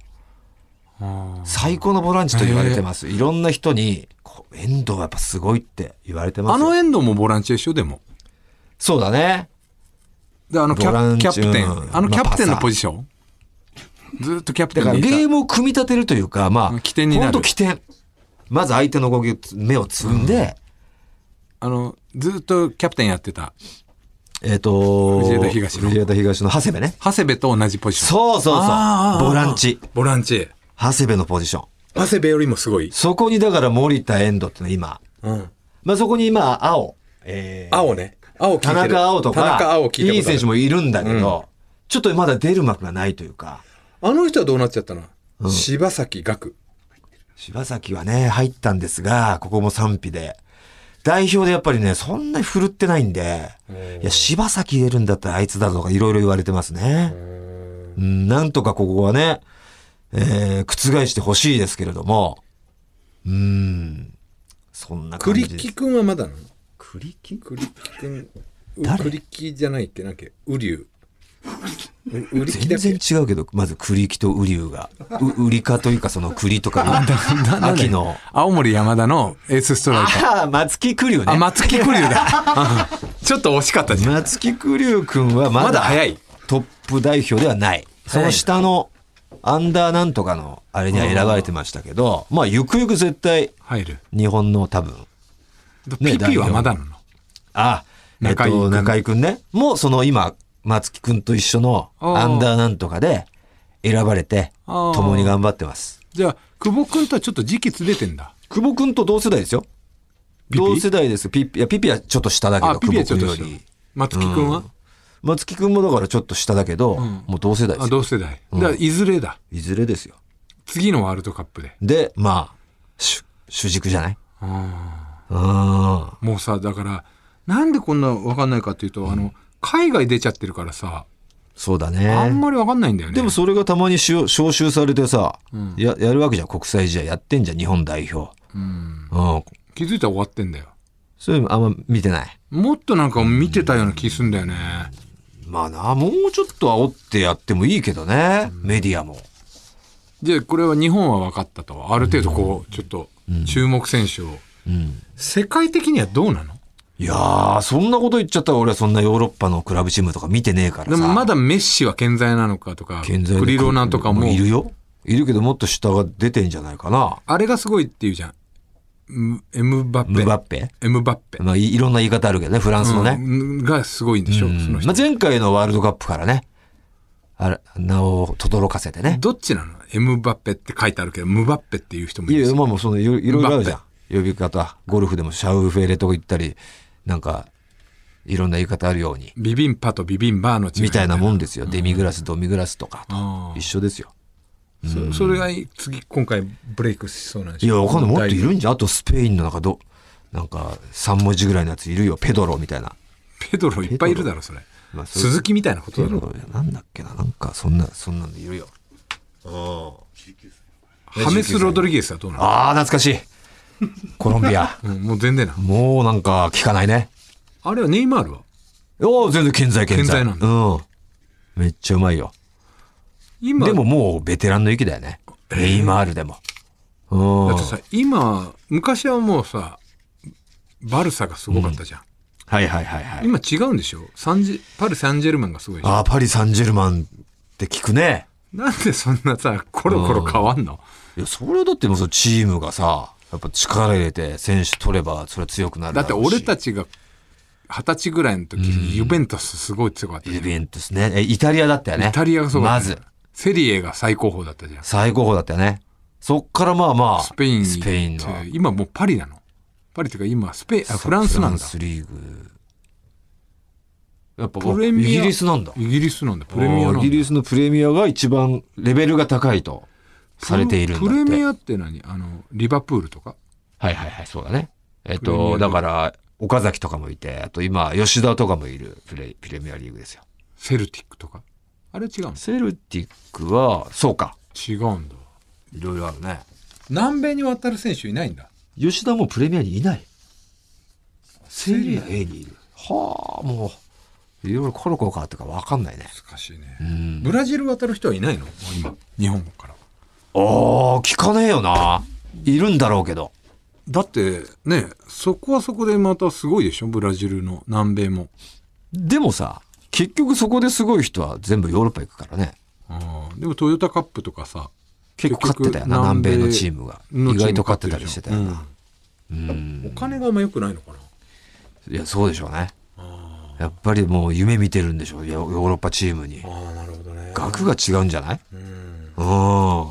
Speaker 2: ああ
Speaker 1: 最高のボランチと言われてます、いろんな人にこうエンドはやっぱすごいって言われてます
Speaker 2: あの
Speaker 1: よ
Speaker 2: 遠藤もボランチでしょでも
Speaker 1: そうだね
Speaker 2: であのキ
Speaker 1: ボラン
Speaker 2: ャ
Speaker 1: チ
Speaker 2: キャプテ
Speaker 1: うん
Speaker 2: ンあのキャプテン
Speaker 1: まあパサ
Speaker 2: のポジションずっとキャプテ
Speaker 1: だか
Speaker 2: ン
Speaker 1: ら
Speaker 2: でいた
Speaker 1: ゲームを組み立てるというかまあ
Speaker 2: 起点になる
Speaker 1: ほんと起点まず相手の動きを目をつんで、
Speaker 2: あのずっとキャプテンやってた
Speaker 1: えっ、と
Speaker 2: 藤枝東の
Speaker 1: 藤枝東の長谷部ね
Speaker 2: 長谷部と同じポジション
Speaker 1: そうそう
Speaker 2: あ
Speaker 1: そ
Speaker 2: ー
Speaker 1: うボランチ
Speaker 2: ボランチ
Speaker 1: 長谷部のポジション
Speaker 2: 長谷部よりもすごい、
Speaker 1: そこにだから森田遠藤ってのは今、
Speaker 2: うん、
Speaker 1: まあ、そこに今青、えー
Speaker 2: 青ね青聞いて
Speaker 1: 田
Speaker 2: る
Speaker 1: 中青と
Speaker 2: 田中
Speaker 1: か
Speaker 2: 青聞いたことある
Speaker 1: いい選手もいるんだけど、ちょっとまだ出る幕がないというか
Speaker 2: あの人はどうなっちゃったの、柴崎岳
Speaker 1: 柴崎はね入ったんですがここも賛否で代表でやっぱりねそんなに振るってないんでいや柴崎入れるんだったらあいつだとかいろいろ言われてますねうんなんとかここはね、えー、覆してほしいですけれどもうんそんな感じ
Speaker 3: 栗
Speaker 1: です
Speaker 3: 木くんはまだなの
Speaker 1: 栗木
Speaker 3: 栗木くん
Speaker 1: 誰
Speaker 3: 栗木じゃないっけなんだっけ瓜生う売り木だ
Speaker 1: 全
Speaker 3: っけ
Speaker 1: 然違うけど、まず栗木と瓜生が、う売りかというかその栗とか、秋の。
Speaker 2: 青森山田のエースストライカー
Speaker 1: ああ、松木栗生
Speaker 2: あ
Speaker 1: ね。
Speaker 2: 松木栗生だ ちょっと惜しかったじゃん
Speaker 1: 松木栗生くんはまだ
Speaker 2: まだ早い
Speaker 1: トップ代表ではない。その下のアンダーなんとかのあれには選ばれてましたけど、まあゆくゆく絶対
Speaker 2: 入る
Speaker 1: 日本の多分、ね
Speaker 2: ピピはまだなの
Speaker 1: あ、えっ
Speaker 2: 中井く
Speaker 1: と、
Speaker 2: ん
Speaker 1: 中井くんね。もうその今、松木くんと一緒の
Speaker 2: あー
Speaker 1: アンダーなんとかで選ばれて、
Speaker 2: あー
Speaker 1: 共に頑張ってます。
Speaker 2: じゃあ久保君とはちょっと時期ずれてんだ
Speaker 1: 久保君と同世代ですよ。
Speaker 2: ピ
Speaker 1: 同世代です。ピッピ、いや、ピピはちょっと下だけ
Speaker 2: あ
Speaker 1: ど、
Speaker 2: ピ
Speaker 1: 久
Speaker 2: ピ
Speaker 1: 保
Speaker 2: はちょっ
Speaker 1: 君
Speaker 2: と
Speaker 1: よ
Speaker 2: 下
Speaker 1: り。
Speaker 2: 松木君は、
Speaker 1: 松木君もだからちょっと下だけど、
Speaker 2: ん
Speaker 1: もう同世代で
Speaker 2: あ
Speaker 1: すよ。
Speaker 2: 同世代だからいずれだ
Speaker 1: いずれですよ。
Speaker 2: 次のワールドカップで
Speaker 1: で、まあ、主、主軸じゃないうん。
Speaker 2: もうさだからなんでこんな分かんないかっていうと、あの海外出ちゃってるからさ
Speaker 1: そうだ
Speaker 2: あん
Speaker 1: ね。
Speaker 2: まり分かんないんだよね
Speaker 1: でもそれがたまにしゅ招集されてさ、や、やるわけじゃん。国際試合やってんじゃん、日本代表。
Speaker 2: うん
Speaker 1: うん。
Speaker 2: 気づいたら終わってんだよ
Speaker 1: そういうのあんま見てない。
Speaker 2: もっとなんか見てたような気すんだよね、
Speaker 1: まあな、もうちょっと煽ってやってもいいけどね。メディアも。
Speaker 2: でこれは日本は分かったとある程度こうちょっと注目選手を、
Speaker 1: うん。
Speaker 2: 世界的にはどうなの
Speaker 1: いやー、そんなこと言っちゃったら俺はそんなヨーロッパのクラブチームとか見てねえからさ。
Speaker 2: でもまだメッシは健在なのかとか
Speaker 1: 健在で
Speaker 2: クリロナとかも
Speaker 1: いるよ。いるけどもっと下が出てんじゃないかな。
Speaker 2: あれがすごいっていうじゃんムエムバッペ
Speaker 1: ムバッペ
Speaker 2: エムバッペ、
Speaker 1: まあいいろんな言い方あるけどね、フランスのね。
Speaker 2: うんがすごいんでしょ、
Speaker 1: うん
Speaker 2: その人
Speaker 1: まあ、前回のワールドカップからね、あれ名を轟かせてね。
Speaker 2: どっちなのエムバッペって書いてあるけど、ムバッペっていう人もい
Speaker 1: い
Speaker 2: る
Speaker 1: や、
Speaker 2: し
Speaker 1: まあもうそのいろいろいろあるじゃん。呼び方。ゴルフでもシャウフエレとか行ったり、なんか、いろんな言い方あるように。
Speaker 2: ビビンパとビビンバーの違い
Speaker 1: みたいなも
Speaker 2: ん。
Speaker 1: んですよ。デミグラス、ドミグラスとかと
Speaker 2: あ
Speaker 1: 一緒ですよ。
Speaker 2: あそそれが次、今回ブレイクしそうなんで
Speaker 1: い
Speaker 2: し
Speaker 1: や、
Speaker 2: ょ
Speaker 1: わかんない。もっとい
Speaker 2: だぶ
Speaker 1: るんじゃん。あとスペインの中ど、なんか3文字ぐらいのやついるよ。ペドロみたいな。
Speaker 2: ペドロいっぱいいるだろ、それ。
Speaker 1: まあそう
Speaker 2: 鈴木みたいなこと
Speaker 1: ペ
Speaker 2: だ
Speaker 1: ド
Speaker 2: ろ。
Speaker 1: ロなんだっけな。なんかそんな、そんなんでいるよ。
Speaker 2: ハメス・ロドリゲスはどうなの
Speaker 1: ああ、懐かしい。 コロンビア。
Speaker 2: うんもう全然なの。
Speaker 1: もうなんか聞かないね。
Speaker 2: あれはネイマールは
Speaker 1: おお、全然健在健在。
Speaker 2: 健在なんだ
Speaker 1: うん。めっちゃうまいよ。
Speaker 2: 今
Speaker 1: でももうベテランの域だよね。ネイマールでも。うん
Speaker 2: だってさ今昔はもうさバルサがすごかったじゃん、
Speaker 1: はいはいはいはい。
Speaker 2: 今違うんでしょサンジパル・サンジェルマンがすごいじゃん
Speaker 1: ああ、パリ・サンジェルマンって聞くね。
Speaker 2: なんでそんなさコロコロ変わんの、
Speaker 1: いや、それはだってもうそのチームがさ、やっぱ力入れて選手取ればそれは強くなる
Speaker 2: だって俺
Speaker 1: ち。
Speaker 2: たちが二十歳ぐらいの時、ユベントスすごい強かったじゃ
Speaker 1: ユ
Speaker 2: ん
Speaker 1: ベントスね。え、イタリアだったよね。
Speaker 2: イタリアがすごか
Speaker 1: ま
Speaker 2: ったじゃ
Speaker 1: ず
Speaker 2: ん、。セリエが最高峰だったじゃん
Speaker 1: 最高峰だったよね。そっからまあまあ、
Speaker 2: スペインに行っ
Speaker 1: ス
Speaker 2: て
Speaker 1: ペインの。
Speaker 2: 今もうパリなのパリっていうか今スペインあフランスなんだ
Speaker 1: フランスリーグ。やっぱ
Speaker 2: プレ
Speaker 1: イ
Speaker 2: ミア
Speaker 1: ギリスなんだ。
Speaker 2: イギリスなんだプレミアなんだ
Speaker 1: イギリスのプレミアが一番レベルが高いとされているんだって
Speaker 2: プレミアって何あのリバプールとか
Speaker 1: はいはいはい、そうだね。えっ
Speaker 2: プレミアリー
Speaker 1: と、
Speaker 2: グ
Speaker 1: だから、岡崎とかもいて、あと今、吉田とかもいるプレプレミアリーグですよ。
Speaker 2: セルティックとかあれ違うの
Speaker 1: セルティックは、そうか。
Speaker 2: 違うんだ
Speaker 1: いろいろあるね。
Speaker 2: 南米に渡る選手いないんだ
Speaker 1: 吉田もプレミアにいない。セリア A にいる。はあ、もう、いろいろコロコロ変わったから分かんないね。
Speaker 2: 難しいね
Speaker 1: うん。
Speaker 2: ブラジル渡る人はいないのもう今日本から
Speaker 1: ああ、聞かねえよな。いるんだろうけど。
Speaker 2: だってねそこはそこでまたすごいでしょブラジルの南米も
Speaker 1: でもさ、結局そこですごい人は全部ヨーロッパ行くからね。
Speaker 2: あーでもトヨタカップとかさ
Speaker 1: 結構勝ってたよな、
Speaker 2: 結局
Speaker 1: 南米のチームが。
Speaker 2: の
Speaker 1: 意
Speaker 2: チーム
Speaker 1: 外と勝ってたりしてたよな。
Speaker 2: うんお金があんま良くないのかない
Speaker 1: や、そうでしょうね。やっぱりもう夢見てるんでしょう、ヨヨーロッパチームに。
Speaker 2: ああなるほどね
Speaker 1: 額が違うんじゃない
Speaker 2: うん
Speaker 1: うん。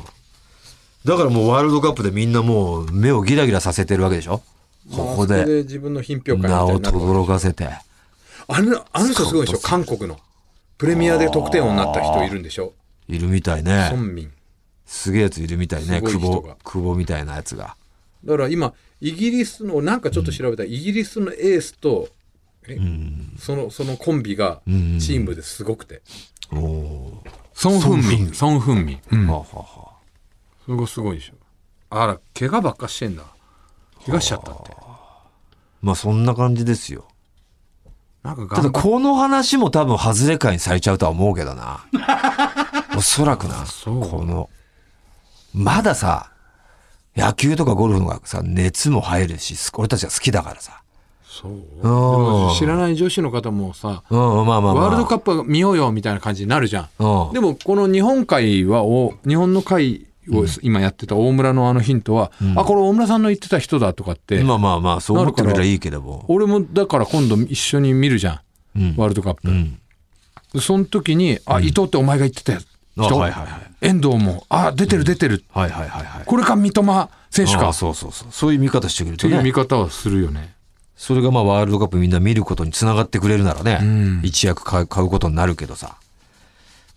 Speaker 1: だからもうワールドカップでみんなもう目をギラギラさせてるわけでしょここ
Speaker 2: あそ
Speaker 1: で
Speaker 2: 自分の品評
Speaker 1: 名を
Speaker 2: る
Speaker 1: 轟かせて。
Speaker 2: あのあの人すごいでしょ韓国のプレミアで得点王になった人いるんでしょ
Speaker 1: いるみたい
Speaker 2: 孫
Speaker 1: ね。
Speaker 2: 民
Speaker 1: すげえやついるみたいね。
Speaker 2: すごい
Speaker 1: 久
Speaker 2: 人が
Speaker 1: 保、久保みたいなやつが。
Speaker 2: だから今イギリスのなんかちょっと調べたら、イギリスのエースとえそのそのコンビが
Speaker 1: ん
Speaker 2: チームですごくて、
Speaker 1: おおー。
Speaker 2: 孫文民孫文民、うん、
Speaker 1: はあはあはあ
Speaker 2: それがすごいでしょあら怪我ばっかしてんだ怪我しちゃったって
Speaker 1: まあそんな感じですよ。
Speaker 2: なんか
Speaker 1: た
Speaker 2: 頑
Speaker 1: だ
Speaker 2: 張っ
Speaker 1: この話も多分外れ会にされちゃうとは思うけどな。 おそらくな。
Speaker 2: そう
Speaker 1: この、まださ、野球とかゴルフのがさ、熱も入るし、す俺たちが好きだからさ。
Speaker 2: そうで
Speaker 1: あ
Speaker 2: も知らない女子の方もさ
Speaker 1: うん、まあまあまあ。
Speaker 2: ワールドカ
Speaker 1: ッ
Speaker 2: ップ見ようよみたいな感じになるじゃん
Speaker 1: プ。うん。
Speaker 2: でもこの日本海はお日本の会を今やってた大村のあのヒントは、あこれ大村さんの言ってた人だとかって、
Speaker 1: まあまあまあ、そう思ってくれりゃいいけども。
Speaker 2: 俺もだから今度一緒に見るじゃん、
Speaker 1: うん
Speaker 2: ワールドカップ、
Speaker 1: うん。
Speaker 2: その時に「あ伊藤ってお前が言ってた
Speaker 1: あ
Speaker 2: 人、
Speaker 1: はいはいはい。
Speaker 2: 遠藤も「あ出てる出てる、
Speaker 1: はいはいはいはい。
Speaker 2: これか三笘選手
Speaker 1: あ
Speaker 2: か」
Speaker 1: あ
Speaker 2: っ
Speaker 1: そうそうそう。そういう見方してくれると
Speaker 2: ていう見
Speaker 1: ね。
Speaker 2: 方はするよね。
Speaker 1: それがまあワールドカップみんな見ることにつながってくれるならね、
Speaker 2: うん
Speaker 1: 一役買う買うことになるけどさ。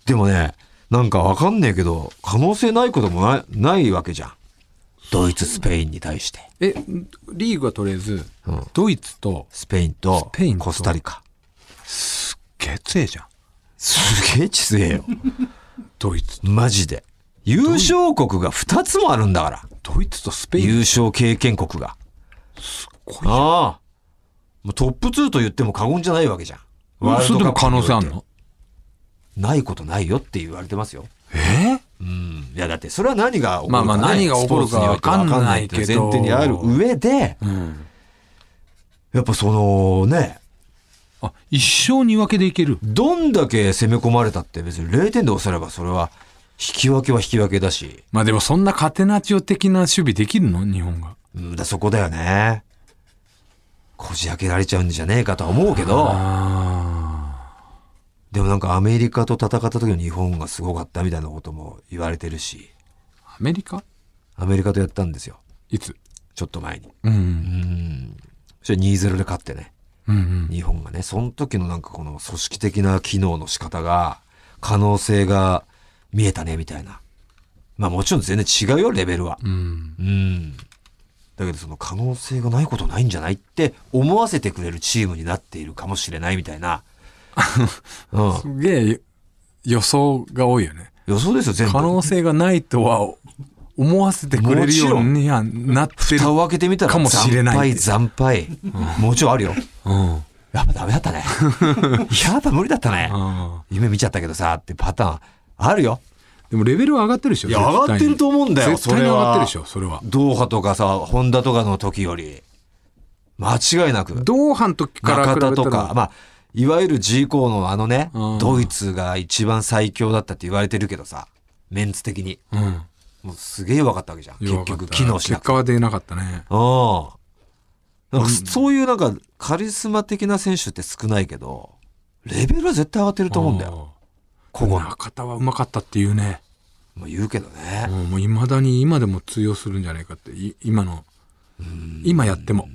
Speaker 1: でもね、なんかわかんねえけど、可能性ないこともないないわけじゃん。ドイツ、スペインに対して。
Speaker 2: えリーグはとりあえず、
Speaker 1: うん
Speaker 2: ドイツと
Speaker 1: スペインと
Speaker 2: スペインと
Speaker 1: コスタリカ。
Speaker 2: 決定じゃん
Speaker 1: すげえちせえ よ。
Speaker 2: ドイツ
Speaker 1: マジで。優勝国が2つもあるんだから。
Speaker 2: ドイツとスペ
Speaker 1: 優勝経験国が。
Speaker 2: こ
Speaker 1: ああ。もうトップ2と言っても過言じゃないわけじゃん。ワー
Speaker 2: そ
Speaker 1: ル
Speaker 2: れ
Speaker 1: ド
Speaker 2: で
Speaker 1: カッ
Speaker 2: も
Speaker 1: プ
Speaker 2: 可能性あ
Speaker 1: に
Speaker 2: る
Speaker 1: おい
Speaker 2: の
Speaker 1: てないことないよって言われてますよ。
Speaker 2: え
Speaker 1: うんいやだってそれは何が起こるか、ね、
Speaker 2: まあまあ何が起こるかわかんないけど
Speaker 1: スポーツにおいてわかんないっていう前提にある上で、
Speaker 2: うん
Speaker 1: やっぱそのね、
Speaker 2: あ一生に分けでいける
Speaker 1: どんだけ攻め込まれたって別に0点で抑えればそれは引き分けは引き分けだし、
Speaker 2: まあでもそんなカテナチオ的な守備できるの日本が
Speaker 1: うん、だそこだよね。こじ開けられちゃうんじゃねえかとは思うけど、でもなんかアメリカと戦った時の日本がすごかったみたいなことも言われてるし、
Speaker 2: アメリカ
Speaker 1: アメリカとやったんですよ。
Speaker 2: いつ
Speaker 1: ちょっと前に。
Speaker 2: うん
Speaker 1: うん。そして2-0で勝ってね。
Speaker 2: うんうん
Speaker 1: 日本がね、その時のなんかこの組織的な機能の仕方が、可能性が見えたね、みたいな。まあもちろん全然違うよ、レベルは。
Speaker 2: うん
Speaker 1: うん。だけどその可能性がないことないんじゃないって思わせてくれるチームになっているかもしれないみたいな。うん。
Speaker 2: すげえ予想が多いよね
Speaker 1: 予想ですよ、全部。
Speaker 2: 可能性がないとは思わせてくれるようにはなってる
Speaker 1: 蓋を開けてみたら、
Speaker 2: かもしれない
Speaker 1: 惨敗、惨敗。もちろんあるよ。
Speaker 2: うん
Speaker 1: やっぱダメだ ったね。やっぱ無理だったね。
Speaker 2: あ
Speaker 1: 夢見ちゃったけどさ、ってパターンあるよ。
Speaker 2: でもレベルは上がってるでしょ
Speaker 1: いや上がってると思うんだよ
Speaker 2: 絶対に
Speaker 1: それ
Speaker 2: 上
Speaker 1: は
Speaker 2: がってるでしょそれは
Speaker 1: ドーハとかさ、ホンダとかの時より、間違いなく、
Speaker 2: 同伴の時から
Speaker 1: 中
Speaker 2: 比べた
Speaker 1: 田
Speaker 2: ら
Speaker 1: とか、まあ、いわゆる G 校のあのね
Speaker 2: うん、
Speaker 1: ドイツが一番最強だったって言われてるけどさ、メンツ的に。
Speaker 2: うん
Speaker 1: もうすげえ弱かったわけじゃん。結
Speaker 2: 弱かった
Speaker 1: 局、機能しなく
Speaker 2: 結
Speaker 1: て。
Speaker 2: 果は出なかったね
Speaker 1: うん。なんかそういうなんか、カリスマ的な選手って少ないけど、レベルは絶対上がってると思うんだよ。
Speaker 2: あ
Speaker 1: こ
Speaker 2: ー
Speaker 1: この。
Speaker 2: 中田はうまかったっていうね
Speaker 1: まあ、言うけどね。
Speaker 2: うんもういまだに今でも通用するんじゃないかってい今の今やっても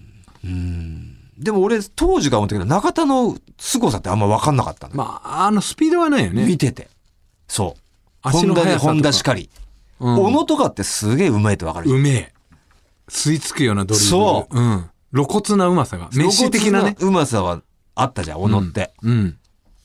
Speaker 1: でも俺、当時から思ったけど、中田の凄さってあんま分かんなかったんだよ。
Speaker 2: まああのスピードはないよね
Speaker 1: 見てて。そう。ホ
Speaker 2: 足
Speaker 1: ン
Speaker 2: の
Speaker 1: ダ
Speaker 2: 速
Speaker 1: で
Speaker 2: さと
Speaker 1: ホ
Speaker 2: か
Speaker 1: ンダしかり。
Speaker 2: うん
Speaker 1: 小野とかってすげえうまいって分かるじゃ。
Speaker 2: うんめえ吸い付くようなドリブル
Speaker 1: そ
Speaker 2: うん、露骨なうまさがメッシ的なね
Speaker 1: 露骨うまさはあったじゃん、小野って。
Speaker 2: うん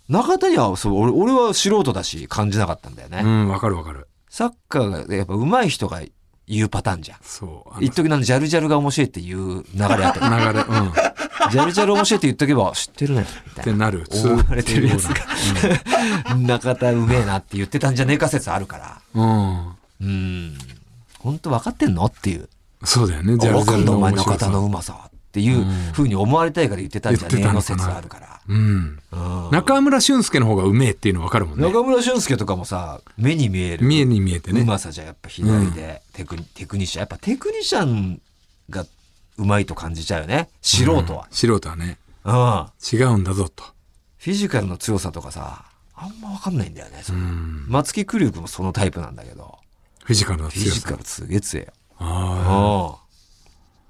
Speaker 1: 中田にはそう俺、俺は素人だし感じなかったんだよね。
Speaker 2: うんわかるわかる
Speaker 1: サッカーがやっぱ上手い人が言うパターンじゃん。
Speaker 2: そうあの
Speaker 1: 一時のあのジャルジャルが面白いっていう流れあ ったよ。
Speaker 2: 流れうんっ
Speaker 1: ジャルジャル面白いって言っとけば知ってるね。みたい
Speaker 2: て
Speaker 1: な。
Speaker 2: なる
Speaker 1: 思われてるやつが
Speaker 2: 通用
Speaker 1: 中田うめえなって言ってたんじゃねえか説あるから。
Speaker 2: うん、うん
Speaker 1: うん。本当分かってんのっていう。
Speaker 2: そうだよね
Speaker 1: ジャルジャルのお前
Speaker 2: 面白
Speaker 1: 中
Speaker 2: さ
Speaker 1: 田のうまさはっていう風に思われたいから言ってたんじゃねえの説があるから。
Speaker 2: う
Speaker 1: う
Speaker 2: ん
Speaker 1: ん
Speaker 2: 中村俊輔の方がうめえっていうのわかるもんね
Speaker 1: 中村俊輔とかもさ、目に見える。
Speaker 2: 見えに見えてね
Speaker 1: うまさじゃやっぱ左で、テクニテクニシャン。やっぱテクニシャンがうまいと感じちゃうよね。素人は。
Speaker 2: 素人はね
Speaker 1: うん。
Speaker 2: 違うんだぞと
Speaker 1: フィジカルの強さとかさ、あんまわかんないんだよね。その
Speaker 2: うん
Speaker 1: 松木玖生君もそのタイプなんだけど、
Speaker 2: フィジカルの
Speaker 1: フィ
Speaker 2: 強
Speaker 1: ジカ
Speaker 2: さ
Speaker 1: ルすげえ強いよ。あ
Speaker 2: あ
Speaker 1: あ。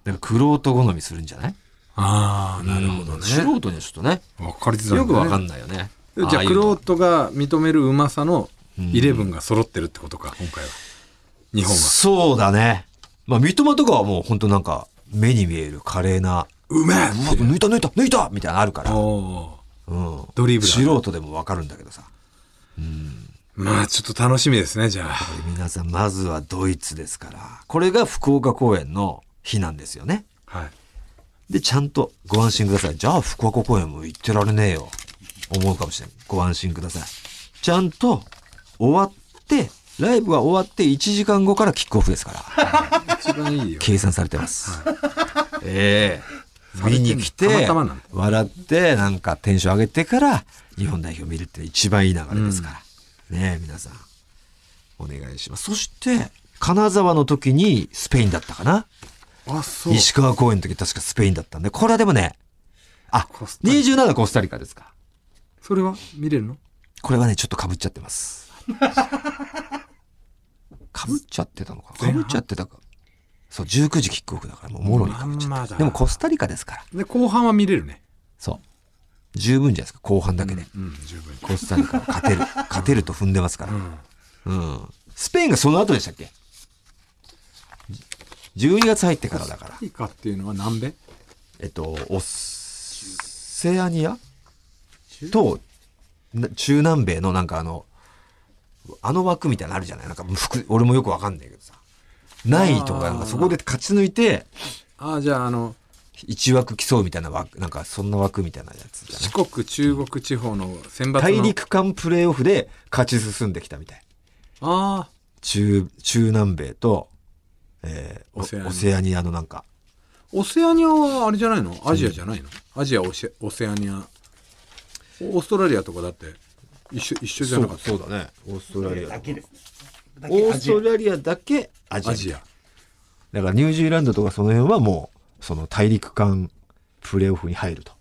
Speaker 1: だから、玄人好みするんじゃない
Speaker 2: ーあーなるほど
Speaker 1: うん
Speaker 2: ね
Speaker 1: 素人にはちょっとね、
Speaker 2: 分かりづらい
Speaker 1: よくわか
Speaker 2: な
Speaker 1: ん
Speaker 2: い
Speaker 1: ないよね。
Speaker 2: じゃあ
Speaker 1: ああいうの
Speaker 2: 玄人が認めるうまさのイレブンが揃ってるってことか今回は日本は
Speaker 1: そうだね。まあ、三笘とかはもう本当なんか、目に見える華麗な、
Speaker 2: うめえ
Speaker 1: うわ抜いた抜いた抜いたみたいなのあるから、
Speaker 2: おー
Speaker 1: うん、
Speaker 2: ドリブラー
Speaker 1: 素人でもわかるんだけどさ。
Speaker 2: まあちょっと楽しみですねじゃあ
Speaker 1: で皆さん、まずはドイツですから、これが福岡公演の日なんですよね。
Speaker 2: はい
Speaker 1: で、ちゃんとご安心ください。じゃあ、福岡公演も行ってられねえよ。思うかもしれない。ご安心ください。ちゃんと終わって、ライブが終わって1時間後からキックオフですから。
Speaker 2: 一番いいよ
Speaker 1: 計算されてます。ええ見に来て、
Speaker 2: たまたまなんだ
Speaker 1: 笑って、なんかテンション上げてから、日本代表見るって一番いい流れですから。ねえ、皆さん。お願いします。そして、金沢の時にスペインだったかな
Speaker 2: あそう
Speaker 1: 石川公演の時確かスペインだったんで、これはでもね、あ、
Speaker 2: コスタリ
Speaker 1: 27コスタリカですか。
Speaker 2: それは見れるの
Speaker 1: これはね、ちょっと被っちゃってます。被っちゃってたのかな被っちゃってたか。そう、19時キックオフだから、もうもろに被っちゃ
Speaker 2: まんま
Speaker 1: っ
Speaker 2: だ
Speaker 1: た。でもコスタリカですから。
Speaker 2: で後半は見れるね
Speaker 1: そう。十分じゃないですか、後半だけで。
Speaker 2: うん十分
Speaker 1: コスタリカは勝てる。勝てると踏んでますから。うん。スペインがその後でしたっけじ ?12 月入ってからだから。
Speaker 2: いいかっていうのは南米
Speaker 1: えっと、オセアニアと、な中南米のなんかあの、あの枠みたいなのあるじゃないなんか、服俺もよくわかんないけどさ。ないとか、なんかそこで勝ち抜いて、
Speaker 2: ああじゃああの
Speaker 1: 1枠競うみたいな枠、なんかそんな枠みたいなやつじゃない
Speaker 2: 四国中国地方の選抜の
Speaker 1: 大陸間プレーオフで勝ち進んできたみたい。
Speaker 2: ああ
Speaker 1: 中、中南米と、えー
Speaker 2: オセアニ
Speaker 1: お
Speaker 2: ア
Speaker 1: オセアニアのなんか、
Speaker 2: オセアニアはあれじゃないのアジアじゃないのアジアオセオセアニアオーストラリアとかだって一緒一緒じゃなかった
Speaker 1: うだね。オーストラリア。
Speaker 4: だけです。だけ
Speaker 1: オー
Speaker 4: ア
Speaker 1: ス
Speaker 4: ジア
Speaker 1: トラリアだけアジア。
Speaker 2: アジア
Speaker 1: だからニュージーランドとかその辺はもう、その大陸間プレーオフに入ると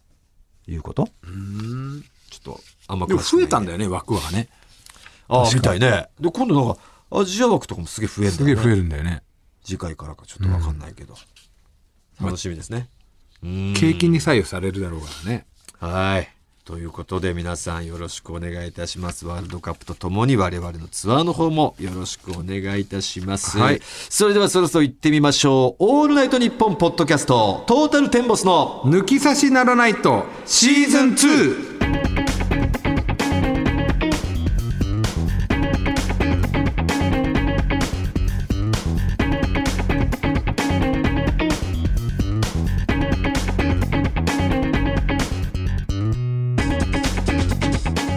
Speaker 1: いうことちょっと、あんま
Speaker 2: でも増えたん
Speaker 1: よ。
Speaker 2: だよね枠はね
Speaker 1: ああ、みたいね。で、今度なんか、アジア枠とかもすげえ増えるんだよね。
Speaker 2: えるんだよね
Speaker 1: 次回からかちょっとわかんないけど。楽しみですね。うん
Speaker 2: 景気に左右されるだろうからね
Speaker 1: はい。ということで皆さんよろしくお願いいたします。ワールドカップとともに我々のツアーの方もよろしくお願いいたします。
Speaker 2: はい
Speaker 1: それではそろそろ行ってみましょう。オールナイトニッポンポッドキャスト、トータルテンボスの
Speaker 2: 抜き差しならないとシーズン 2!
Speaker 1: 「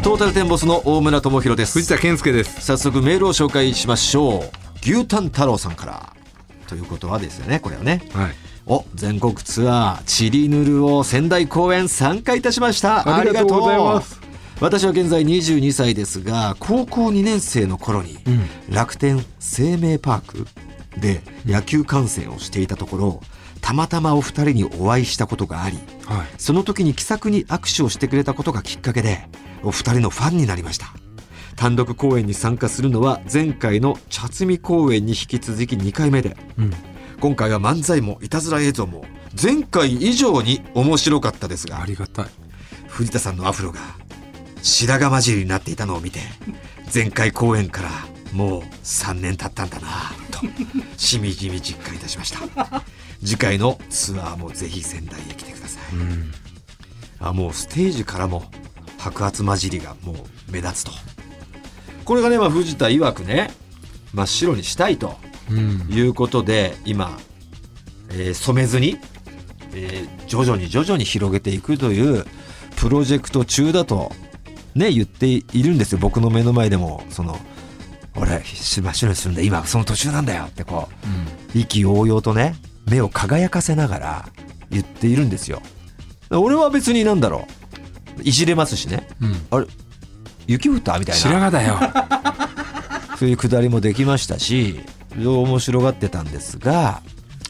Speaker 1: トータルテンボスの大村智弘です
Speaker 3: 藤田健介です
Speaker 1: 早速メールを紹介しましょう牛タン太郎さんからということはですよねこれはね
Speaker 3: はい
Speaker 1: お全国ツアーチリヌルを仙台公演参加いたしました
Speaker 3: ありがとうございます
Speaker 1: ありがとう私は現在22歳ですが高校2年生の頃に楽天生命パークで野球観戦をしていたところたまたまお二人にお会いしたことがあり
Speaker 2: はい
Speaker 1: その時に気さくに握手をしてくれたことがきっかけでお二人のファンになりました単独公演に参加するのは前回の茶摘公演に引き続き2回目で
Speaker 2: うん
Speaker 1: 今回は漫才もいたずら映像も前回以上に面白かったです
Speaker 2: あ
Speaker 1: が
Speaker 2: りがたい
Speaker 1: 藤田さんのアフロが白髪混じりになっていたのを見て前回公演からもう3年経ったんだなぁとしみじみ実感いたしました次回のツアーもぜひ仙台へ来てください、あもうステージからも白髪混じりがもう目立つとこれがね、まあ、藤田曰くね真っ白にしたいと
Speaker 2: うん
Speaker 1: いうことで今、えー染めずに、えー徐々に徐々に広げていくというプロジェクト中だとね言っているんですよ僕の目の前でもその俺真っ白にするんだ今その途中なんだよってこう意気揚々とね目を輝かせながら言っているんですよ俺は別になんだろういじれますしね
Speaker 2: うんうん
Speaker 1: あれ雪降ったみたいな
Speaker 2: 白髪だよ
Speaker 1: そういうくだりもできましたし面白がってたんですが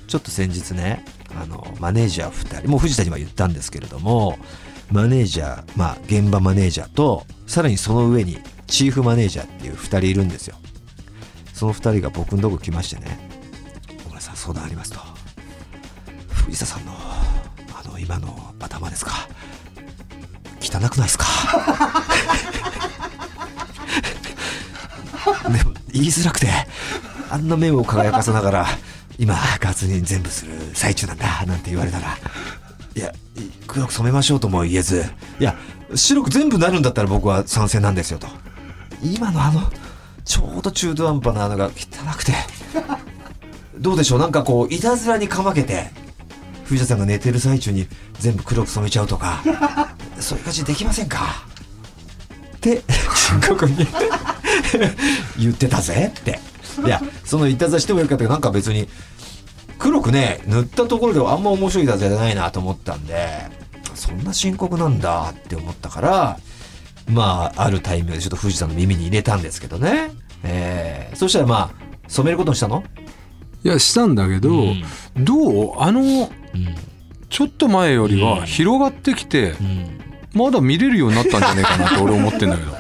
Speaker 1: ちょっと先日ねあのマネージャー2人もう藤田には言ったんですけれどもマネージャー、まあ、現場マネージャーとさらにその上にチーフマネージャーっていう2人いるんですよその2人が僕のとこ来ましてね「小倉さん相談あります」と「藤田さんのあの今の頭ですか汚くないですか?」でも言いづらくてあんな目を輝かせながら今ガツに全部する最中なんだなんて言われたらいやい黒く染めましょうとも言えずいや白く全部なるんだったら僕は賛成なんですよと今のあのちょうど中途半端なのが汚くてどうでしょうなんかこういたずらにかまけて藤田さんが寝てる最中に全部黒く染めちゃうとかそういう感じできませんかって深刻に言ってたぜっていやそのいたずらしてもよかったけどなんか別に黒くね塗ったところではあんま面白いいたずらじゃないなと思ったんでそんな深刻なんだって思ったからまああるタイミングでちょっと藤田の耳に入れたんですけどねえーそしたらまあ染めることにしたの
Speaker 2: いやしたんだけど、
Speaker 1: うん
Speaker 2: どうあの
Speaker 1: うん
Speaker 2: ちょっと前より
Speaker 1: うん
Speaker 2: は広がってきて、
Speaker 1: うん
Speaker 2: まだ見れるようになったんじゃないかなって俺思ってんだけ ど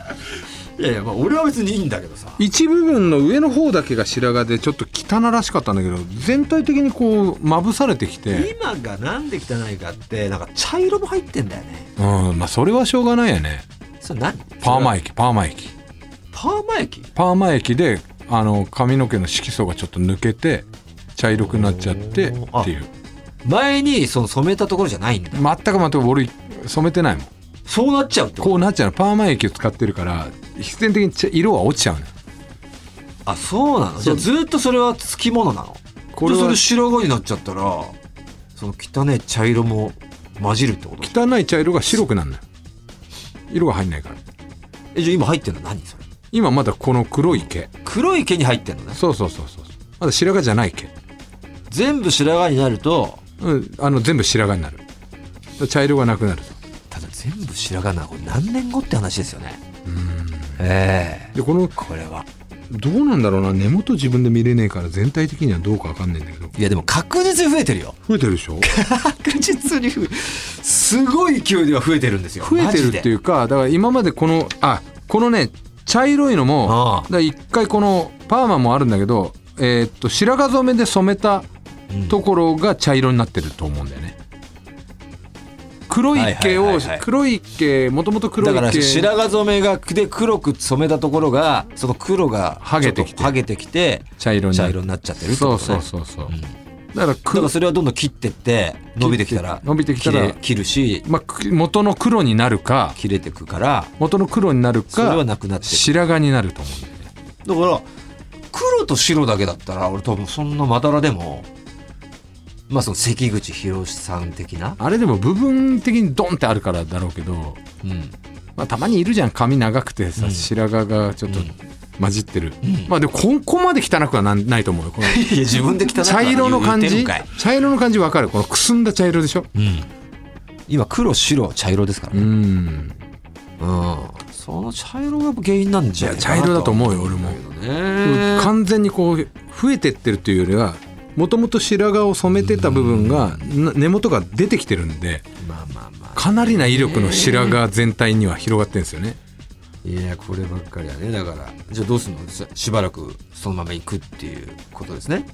Speaker 1: いやいやまあ俺は別にいいんだけどさ
Speaker 2: 一部分の上の方だけが白髪でちょっと汚らしかったんだけど全体的にこうまぶされてきて、
Speaker 1: 今がなんで汚いかってなんか茶色も入ってんだよね
Speaker 2: うんまあ、それはしょうがないよね
Speaker 1: それ何
Speaker 2: パーマ
Speaker 1: 液
Speaker 2: 液パーマ液
Speaker 1: パーマ液
Speaker 2: パーマ液であの髪の毛の色素がちょっと抜けて茶色くなっちゃって
Speaker 1: おーあ
Speaker 2: っていう
Speaker 1: 前にその染めたところじゃないんだ
Speaker 2: 全く全く俺染めてないもん
Speaker 1: そうなっちゃうってこと
Speaker 2: こうなっちゃうのパーマ液を使ってるから必然的にち色は落ちちゃうのよ
Speaker 1: あそうなのじゃあずっとそれはつきものなのこ
Speaker 2: こ
Speaker 1: れ
Speaker 2: れ
Speaker 1: そ
Speaker 2: は
Speaker 1: れ白髪になっちゃったらその汚い茶色も混じるってこと
Speaker 2: 汚い茶色が白くなるのよ色が入んないから
Speaker 1: えじゃあ今入ってんの何それ
Speaker 2: 今まだこの黒い毛
Speaker 1: 黒い毛に入ってんのね
Speaker 2: そうそうそうそうまだ白髪じゃない毛、
Speaker 1: 全部白髪になると
Speaker 2: うん、あの全部白髪になる茶色がなくなると
Speaker 1: ただ全部白髪なのこれ何年後って話ですよねええ
Speaker 2: でこの
Speaker 1: これは
Speaker 2: どうなんだろうな根元自分で見れねえから全体的にはどうかわかんないんだけど
Speaker 1: いやでも確実に増えてるよ
Speaker 2: 増えてるでしょ
Speaker 1: 確実に増えすごい勢いでは増えてるんですよ
Speaker 2: 増えてるっていううかだから今までこのあこのね茶色いの
Speaker 1: ああ
Speaker 2: もだから一回このパーマもあるんだけど、えーっと白髪染めで染めたところが茶色になってると思うんだよね。黒い毛
Speaker 1: はいはい
Speaker 2: を
Speaker 1: はいはい
Speaker 2: 黒い毛もともと黒
Speaker 1: だ
Speaker 2: い
Speaker 1: から
Speaker 2: 毛
Speaker 1: 白髪染めがで黒く染めたところがその黒が
Speaker 2: はげてきて
Speaker 1: ちょっとはげてきて
Speaker 2: 茶色に
Speaker 1: 茶
Speaker 2: な
Speaker 1: 色になっちゃってるってこと、
Speaker 2: そ
Speaker 1: ね、
Speaker 2: うそうそうそう、
Speaker 1: ん
Speaker 2: だから
Speaker 1: だから
Speaker 2: く
Speaker 1: それはどんどん切ってって伸びてきたら
Speaker 2: 伸びてきたら
Speaker 1: 切れ切るし
Speaker 2: まあ、く元の黒になるか
Speaker 1: 切れてくから
Speaker 2: 元の黒になる
Speaker 1: それは
Speaker 2: か
Speaker 1: なくなってる
Speaker 2: 白髪になると思うんだよね。
Speaker 1: だから黒と白だけだったら俺多分そんなまだらでもまあその関口宏さん的な、
Speaker 2: あれでも部分的にドンってあるからだろうけど
Speaker 1: うん、
Speaker 2: まあ、たまにいるじゃん髪長くてさ、白髪がちょっと混じってる、まあでもここまで汚くはなんないと思うよこの
Speaker 1: いや自分で汚くは
Speaker 2: 茶色の感
Speaker 1: 言ってる
Speaker 2: じ
Speaker 1: んかい
Speaker 2: 茶色の感じわかるこのくすんだ茶色でしょ
Speaker 1: うん今黒白茶色ですから
Speaker 2: う
Speaker 1: ね
Speaker 2: ん
Speaker 1: うん、その茶色が原因なんじゃないか
Speaker 2: 茶
Speaker 1: な
Speaker 2: 色だと思うよ俺も
Speaker 1: ね
Speaker 2: 完全にこう増えてってるというよりはもともと白髪を染めてた部分がな根元が出てきてるんで
Speaker 1: まあまあまあ
Speaker 2: かなりな威力の白髪全体には広がってるんですよね
Speaker 1: いやこればっかりはねだからじゃあどうするのししばらくそのまま行くっていうことですね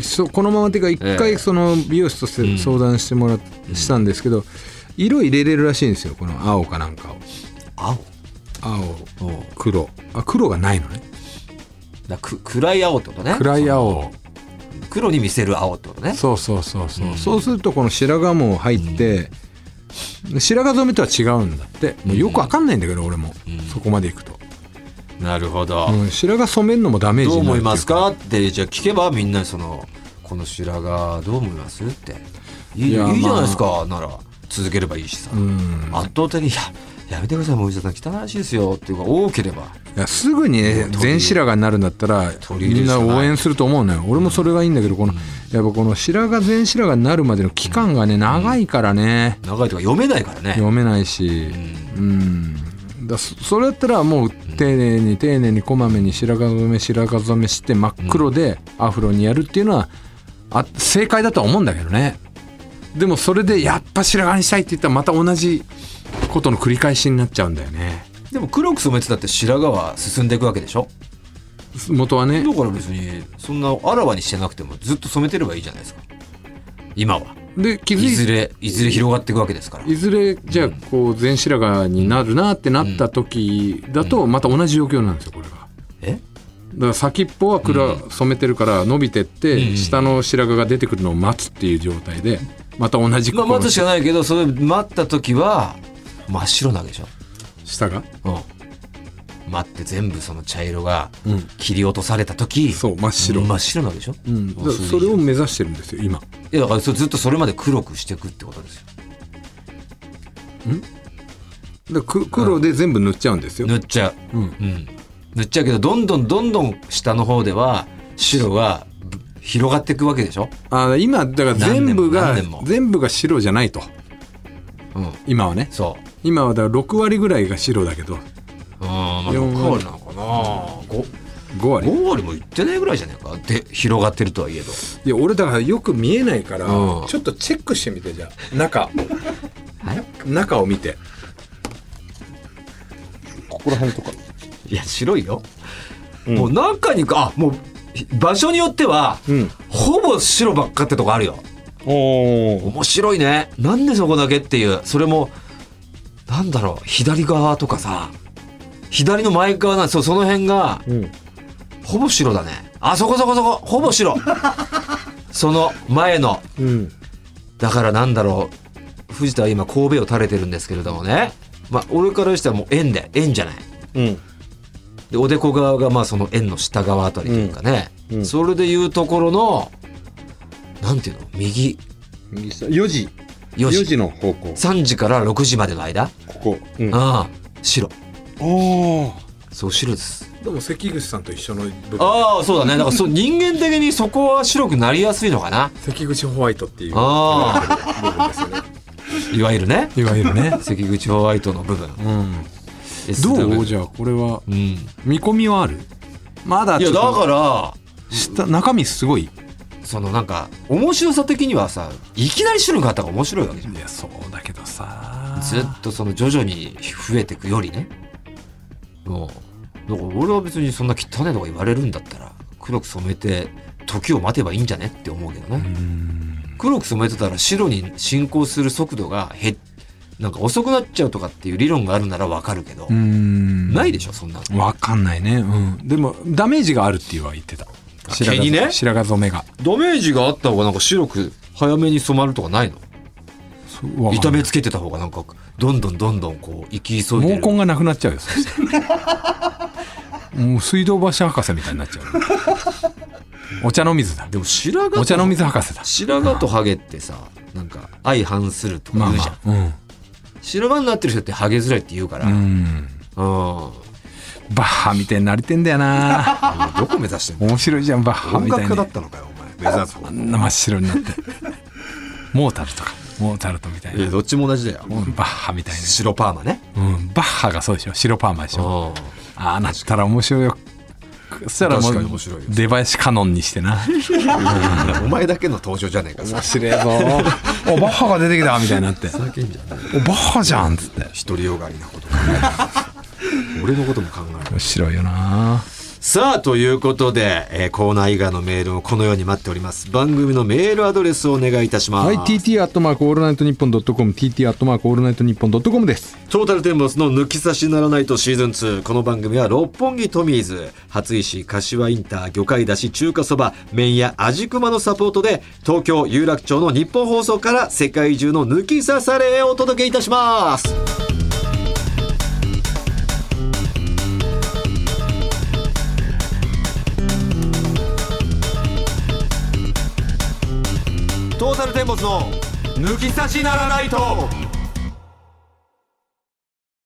Speaker 2: そうこのままっていうか一
Speaker 1: ええ
Speaker 2: 回その美容師とし
Speaker 1: うん
Speaker 2: て相談してもらっしたんですけど色入れれるらしいんですよこの青かなんかを
Speaker 1: 青
Speaker 2: 青
Speaker 1: おう
Speaker 2: 黒あ黒がないのね
Speaker 1: だく暗い青ってことね
Speaker 2: 暗い青
Speaker 1: その黒に見せる青ってことね
Speaker 2: そうそうそうそう、
Speaker 1: うん
Speaker 2: そうするとこの白髪も入って、白髪染めとは違うんだってもうよくわかんないんだけど俺も、
Speaker 1: うん
Speaker 2: そこまでいくと、
Speaker 1: なるほど
Speaker 2: うん白髪染めるのもダメージ
Speaker 1: どう
Speaker 2: にな
Speaker 1: 思
Speaker 2: る
Speaker 1: います
Speaker 2: っていう
Speaker 1: かってじゃあ聞けばみんなそのこの白髪どう思いますっていい
Speaker 2: いや
Speaker 1: いいじゃ
Speaker 2: ま
Speaker 1: ない
Speaker 2: あ
Speaker 1: ですかなら続ければいいしさ、
Speaker 2: うん
Speaker 1: 圧倒的に「いややめてください森下さん汚いらしいですよ」っていうのが多ければ
Speaker 2: いやすぐにね
Speaker 1: 取り入れ
Speaker 2: 全白髪になるんだったら
Speaker 1: 取り入れ
Speaker 2: みん
Speaker 1: るしか
Speaker 2: な
Speaker 1: ない
Speaker 2: 応援すると思うのよ俺もそれがいいんだけどこの、やっぱこの白髪全白髪になるまでの期間がね長いからね、
Speaker 1: 長いとか読めないからね
Speaker 2: 読めないしうんだそそれだったらもう丁寧に丁寧にこまめに白髪染め白髪染めして真っ黒でアフロにやるっていうのはあ正解だとは思うんだけどねでもそれでやっぱ白髪にしたいって言ったらまた同じことの繰り返しになっちゃうんだよね
Speaker 1: でも黒く染めてたって白髪は進んでいくわけでしょ
Speaker 2: 元はね
Speaker 1: だから別にそんなあらわにしてなくてもずっと染めてればいいじゃないですか今は
Speaker 2: で気
Speaker 1: い
Speaker 2: づい
Speaker 1: ずれいずれ広がっていくわけですから
Speaker 2: いずれじゃあこう全白髪になるなってなった時だとまた同じ状況なんですよこれが。
Speaker 1: え
Speaker 2: だから先っぽは黒染めてるから伸びてって、
Speaker 1: うん
Speaker 2: 下の白髪が出てくるのを待つっていう状態でまた同じ
Speaker 1: まあ
Speaker 2: この
Speaker 1: 待つしかないけどそれ待った時は真っ白なわけでしょ
Speaker 2: 下が
Speaker 1: うん待って全部その茶色が
Speaker 2: うん
Speaker 1: 切り落とされた時
Speaker 2: そう真っ白、
Speaker 1: 真っ白なわけでしょ、
Speaker 2: う
Speaker 1: い
Speaker 2: ん、だからそれを目指してるんですよ今
Speaker 1: やだからそれずっとそれまで黒くしていくってことですよ
Speaker 2: だからく黒で全部塗っちゃうんですよ、
Speaker 1: 塗っちゃう
Speaker 2: うん、
Speaker 1: うん、塗っちゃうけどどんどんどんどん下の方では白がぶ広がっていくわけでしょ、
Speaker 2: あ今だから全部が
Speaker 1: 何年も何年も
Speaker 2: 全部が白じゃないと
Speaker 1: うん、
Speaker 2: 今はね
Speaker 1: そう
Speaker 2: 今はだから6割ぐらいが白だけど
Speaker 1: うんまあ、
Speaker 2: 四
Speaker 1: 6
Speaker 2: 割
Speaker 1: 割なのかな
Speaker 2: 5割
Speaker 1: 5, 割もいってないぐらいじゃないかで広がってるとはいえど
Speaker 2: いや俺だからよく見えないから、
Speaker 1: うん
Speaker 2: ちょっとチェックしてみてじゃあ中中を見てここら辺とか
Speaker 1: いや白いよ、もう中にかあもうひ場所によっては、
Speaker 2: うん
Speaker 1: ほぼ白ばっかってとこあるよ
Speaker 2: おお
Speaker 1: 面白いねなんでそこだけっていうそれもなんだろう左側とかさ左の前側なんそうその辺が
Speaker 2: うん
Speaker 1: ほぼ白だねあそこそこそこほぼ 白その前の
Speaker 2: うん
Speaker 1: だからなんだろう藤田は今神戸を垂れてるんですけれどもねまあ俺からしたらもう円で円じゃない
Speaker 2: うん
Speaker 1: でおでこ側がまあその円の下側あたりというかね、
Speaker 2: うんうん
Speaker 1: それでいうところのなんていうの右
Speaker 2: 右下4時
Speaker 1: よし
Speaker 2: 時の方向
Speaker 1: 3時から6時までの間、
Speaker 2: ここ、うん、
Speaker 1: ああ白
Speaker 2: おお
Speaker 1: そう白です
Speaker 2: でも関口さんと一緒の部分
Speaker 1: ああそうだねだから そう人間的にそこは白くなりやすいのかな
Speaker 2: 関口ホワイトっていう
Speaker 1: あ
Speaker 2: 部分ですよね
Speaker 1: あいわゆるね
Speaker 2: いわゆるね
Speaker 1: 関口ホワイトの部分
Speaker 2: うんどう
Speaker 1: SW
Speaker 2: じゃあこれは
Speaker 1: うんい
Speaker 2: 見込みはあるまだちょ
Speaker 1: や
Speaker 2: っと
Speaker 1: だから
Speaker 2: 下中身すごい
Speaker 1: そのなんか面白さ的にはさいきなり白があった方が面白いわけじゃん
Speaker 2: いやそうだけどさ
Speaker 1: ずっとその徐々に増えていくよりねもうだから俺は別にそんな汚いとか言われるんだったら黒く染めて時を待てばいいんじゃねって思うけどね黒く染めてたら白に進行する速度が減っなんか遅くなっちゃうとかっていう理論があるならわかるけど、
Speaker 2: うん
Speaker 1: ないでしょそんなの
Speaker 2: わかんないね、うん、でもダメージがあるっていうは言ってた白
Speaker 1: 毛に
Speaker 2: 髪
Speaker 1: ね
Speaker 2: 白髪染めが
Speaker 1: ダメージがあった方がなんか白く早めに染まるとかないの
Speaker 2: そうわかん
Speaker 1: 痛
Speaker 2: ない
Speaker 1: めつけてた方がなんかどんどんどんどんこう生き急いで
Speaker 2: 毛
Speaker 1: る
Speaker 2: 根がなくなっち ゃうよそしたらもう水道橋博士みたいになっちゃうお茶の水だ
Speaker 1: でも白髪と
Speaker 2: お茶の水博士だ
Speaker 1: 白髪とハゲってさなんか相反するとか
Speaker 2: まあ
Speaker 1: 言う
Speaker 2: ま
Speaker 1: じゃん、
Speaker 2: あ、うん、
Speaker 1: 白髪になってる人ってハゲづらいって言うから、う
Speaker 2: うんん
Speaker 1: ど
Speaker 2: バッハみたいになりてんだよな
Speaker 1: こ目指してんの
Speaker 2: 面白いじゃんバッハ
Speaker 3: 音
Speaker 2: みた
Speaker 3: 楽
Speaker 2: い
Speaker 3: 家
Speaker 2: に
Speaker 3: だ
Speaker 2: あ
Speaker 3: ったのかよお前目指す方
Speaker 2: んな真っ白になってモータルとかモータルトみたい
Speaker 1: い
Speaker 2: な
Speaker 1: やどっちも同じだよ
Speaker 2: うんバッハみたいな
Speaker 1: 白パーマね
Speaker 2: うん、バッハがそうでしょ白パーマでしょ
Speaker 1: うん
Speaker 2: ああなったら面白いよそしたらも
Speaker 1: 確かに面
Speaker 2: う
Speaker 1: 白いよ
Speaker 2: 出囃子カノンにしてな
Speaker 1: お前だけの登場じゃねえかさ
Speaker 2: 面白いぞ おバッハが出てきたみたいになって
Speaker 1: ふざけんじゃねえ
Speaker 2: おバッハじゃんっつって
Speaker 3: 独りよがりなこと
Speaker 1: 俺のことも考える
Speaker 2: 面白いよな
Speaker 1: さあということで、えーコーナー以外のメールをこのように待っております番組のメールアドレスをお願いいたします、
Speaker 2: はい TT アットマークオールナイトニッポンドットコム TT アットマークオールナイトニッポンドットコムです
Speaker 1: トータルテンボスの抜き差しならないとシーズン2。この番組は六本木トミーズ、初石、柏インター、魚介だし、中華そば、麺屋、味熊のサポートで、東京有楽町の日本放送から世界中の抜き差されをお届けいたします。トータルテンボスの抜き差しならないと。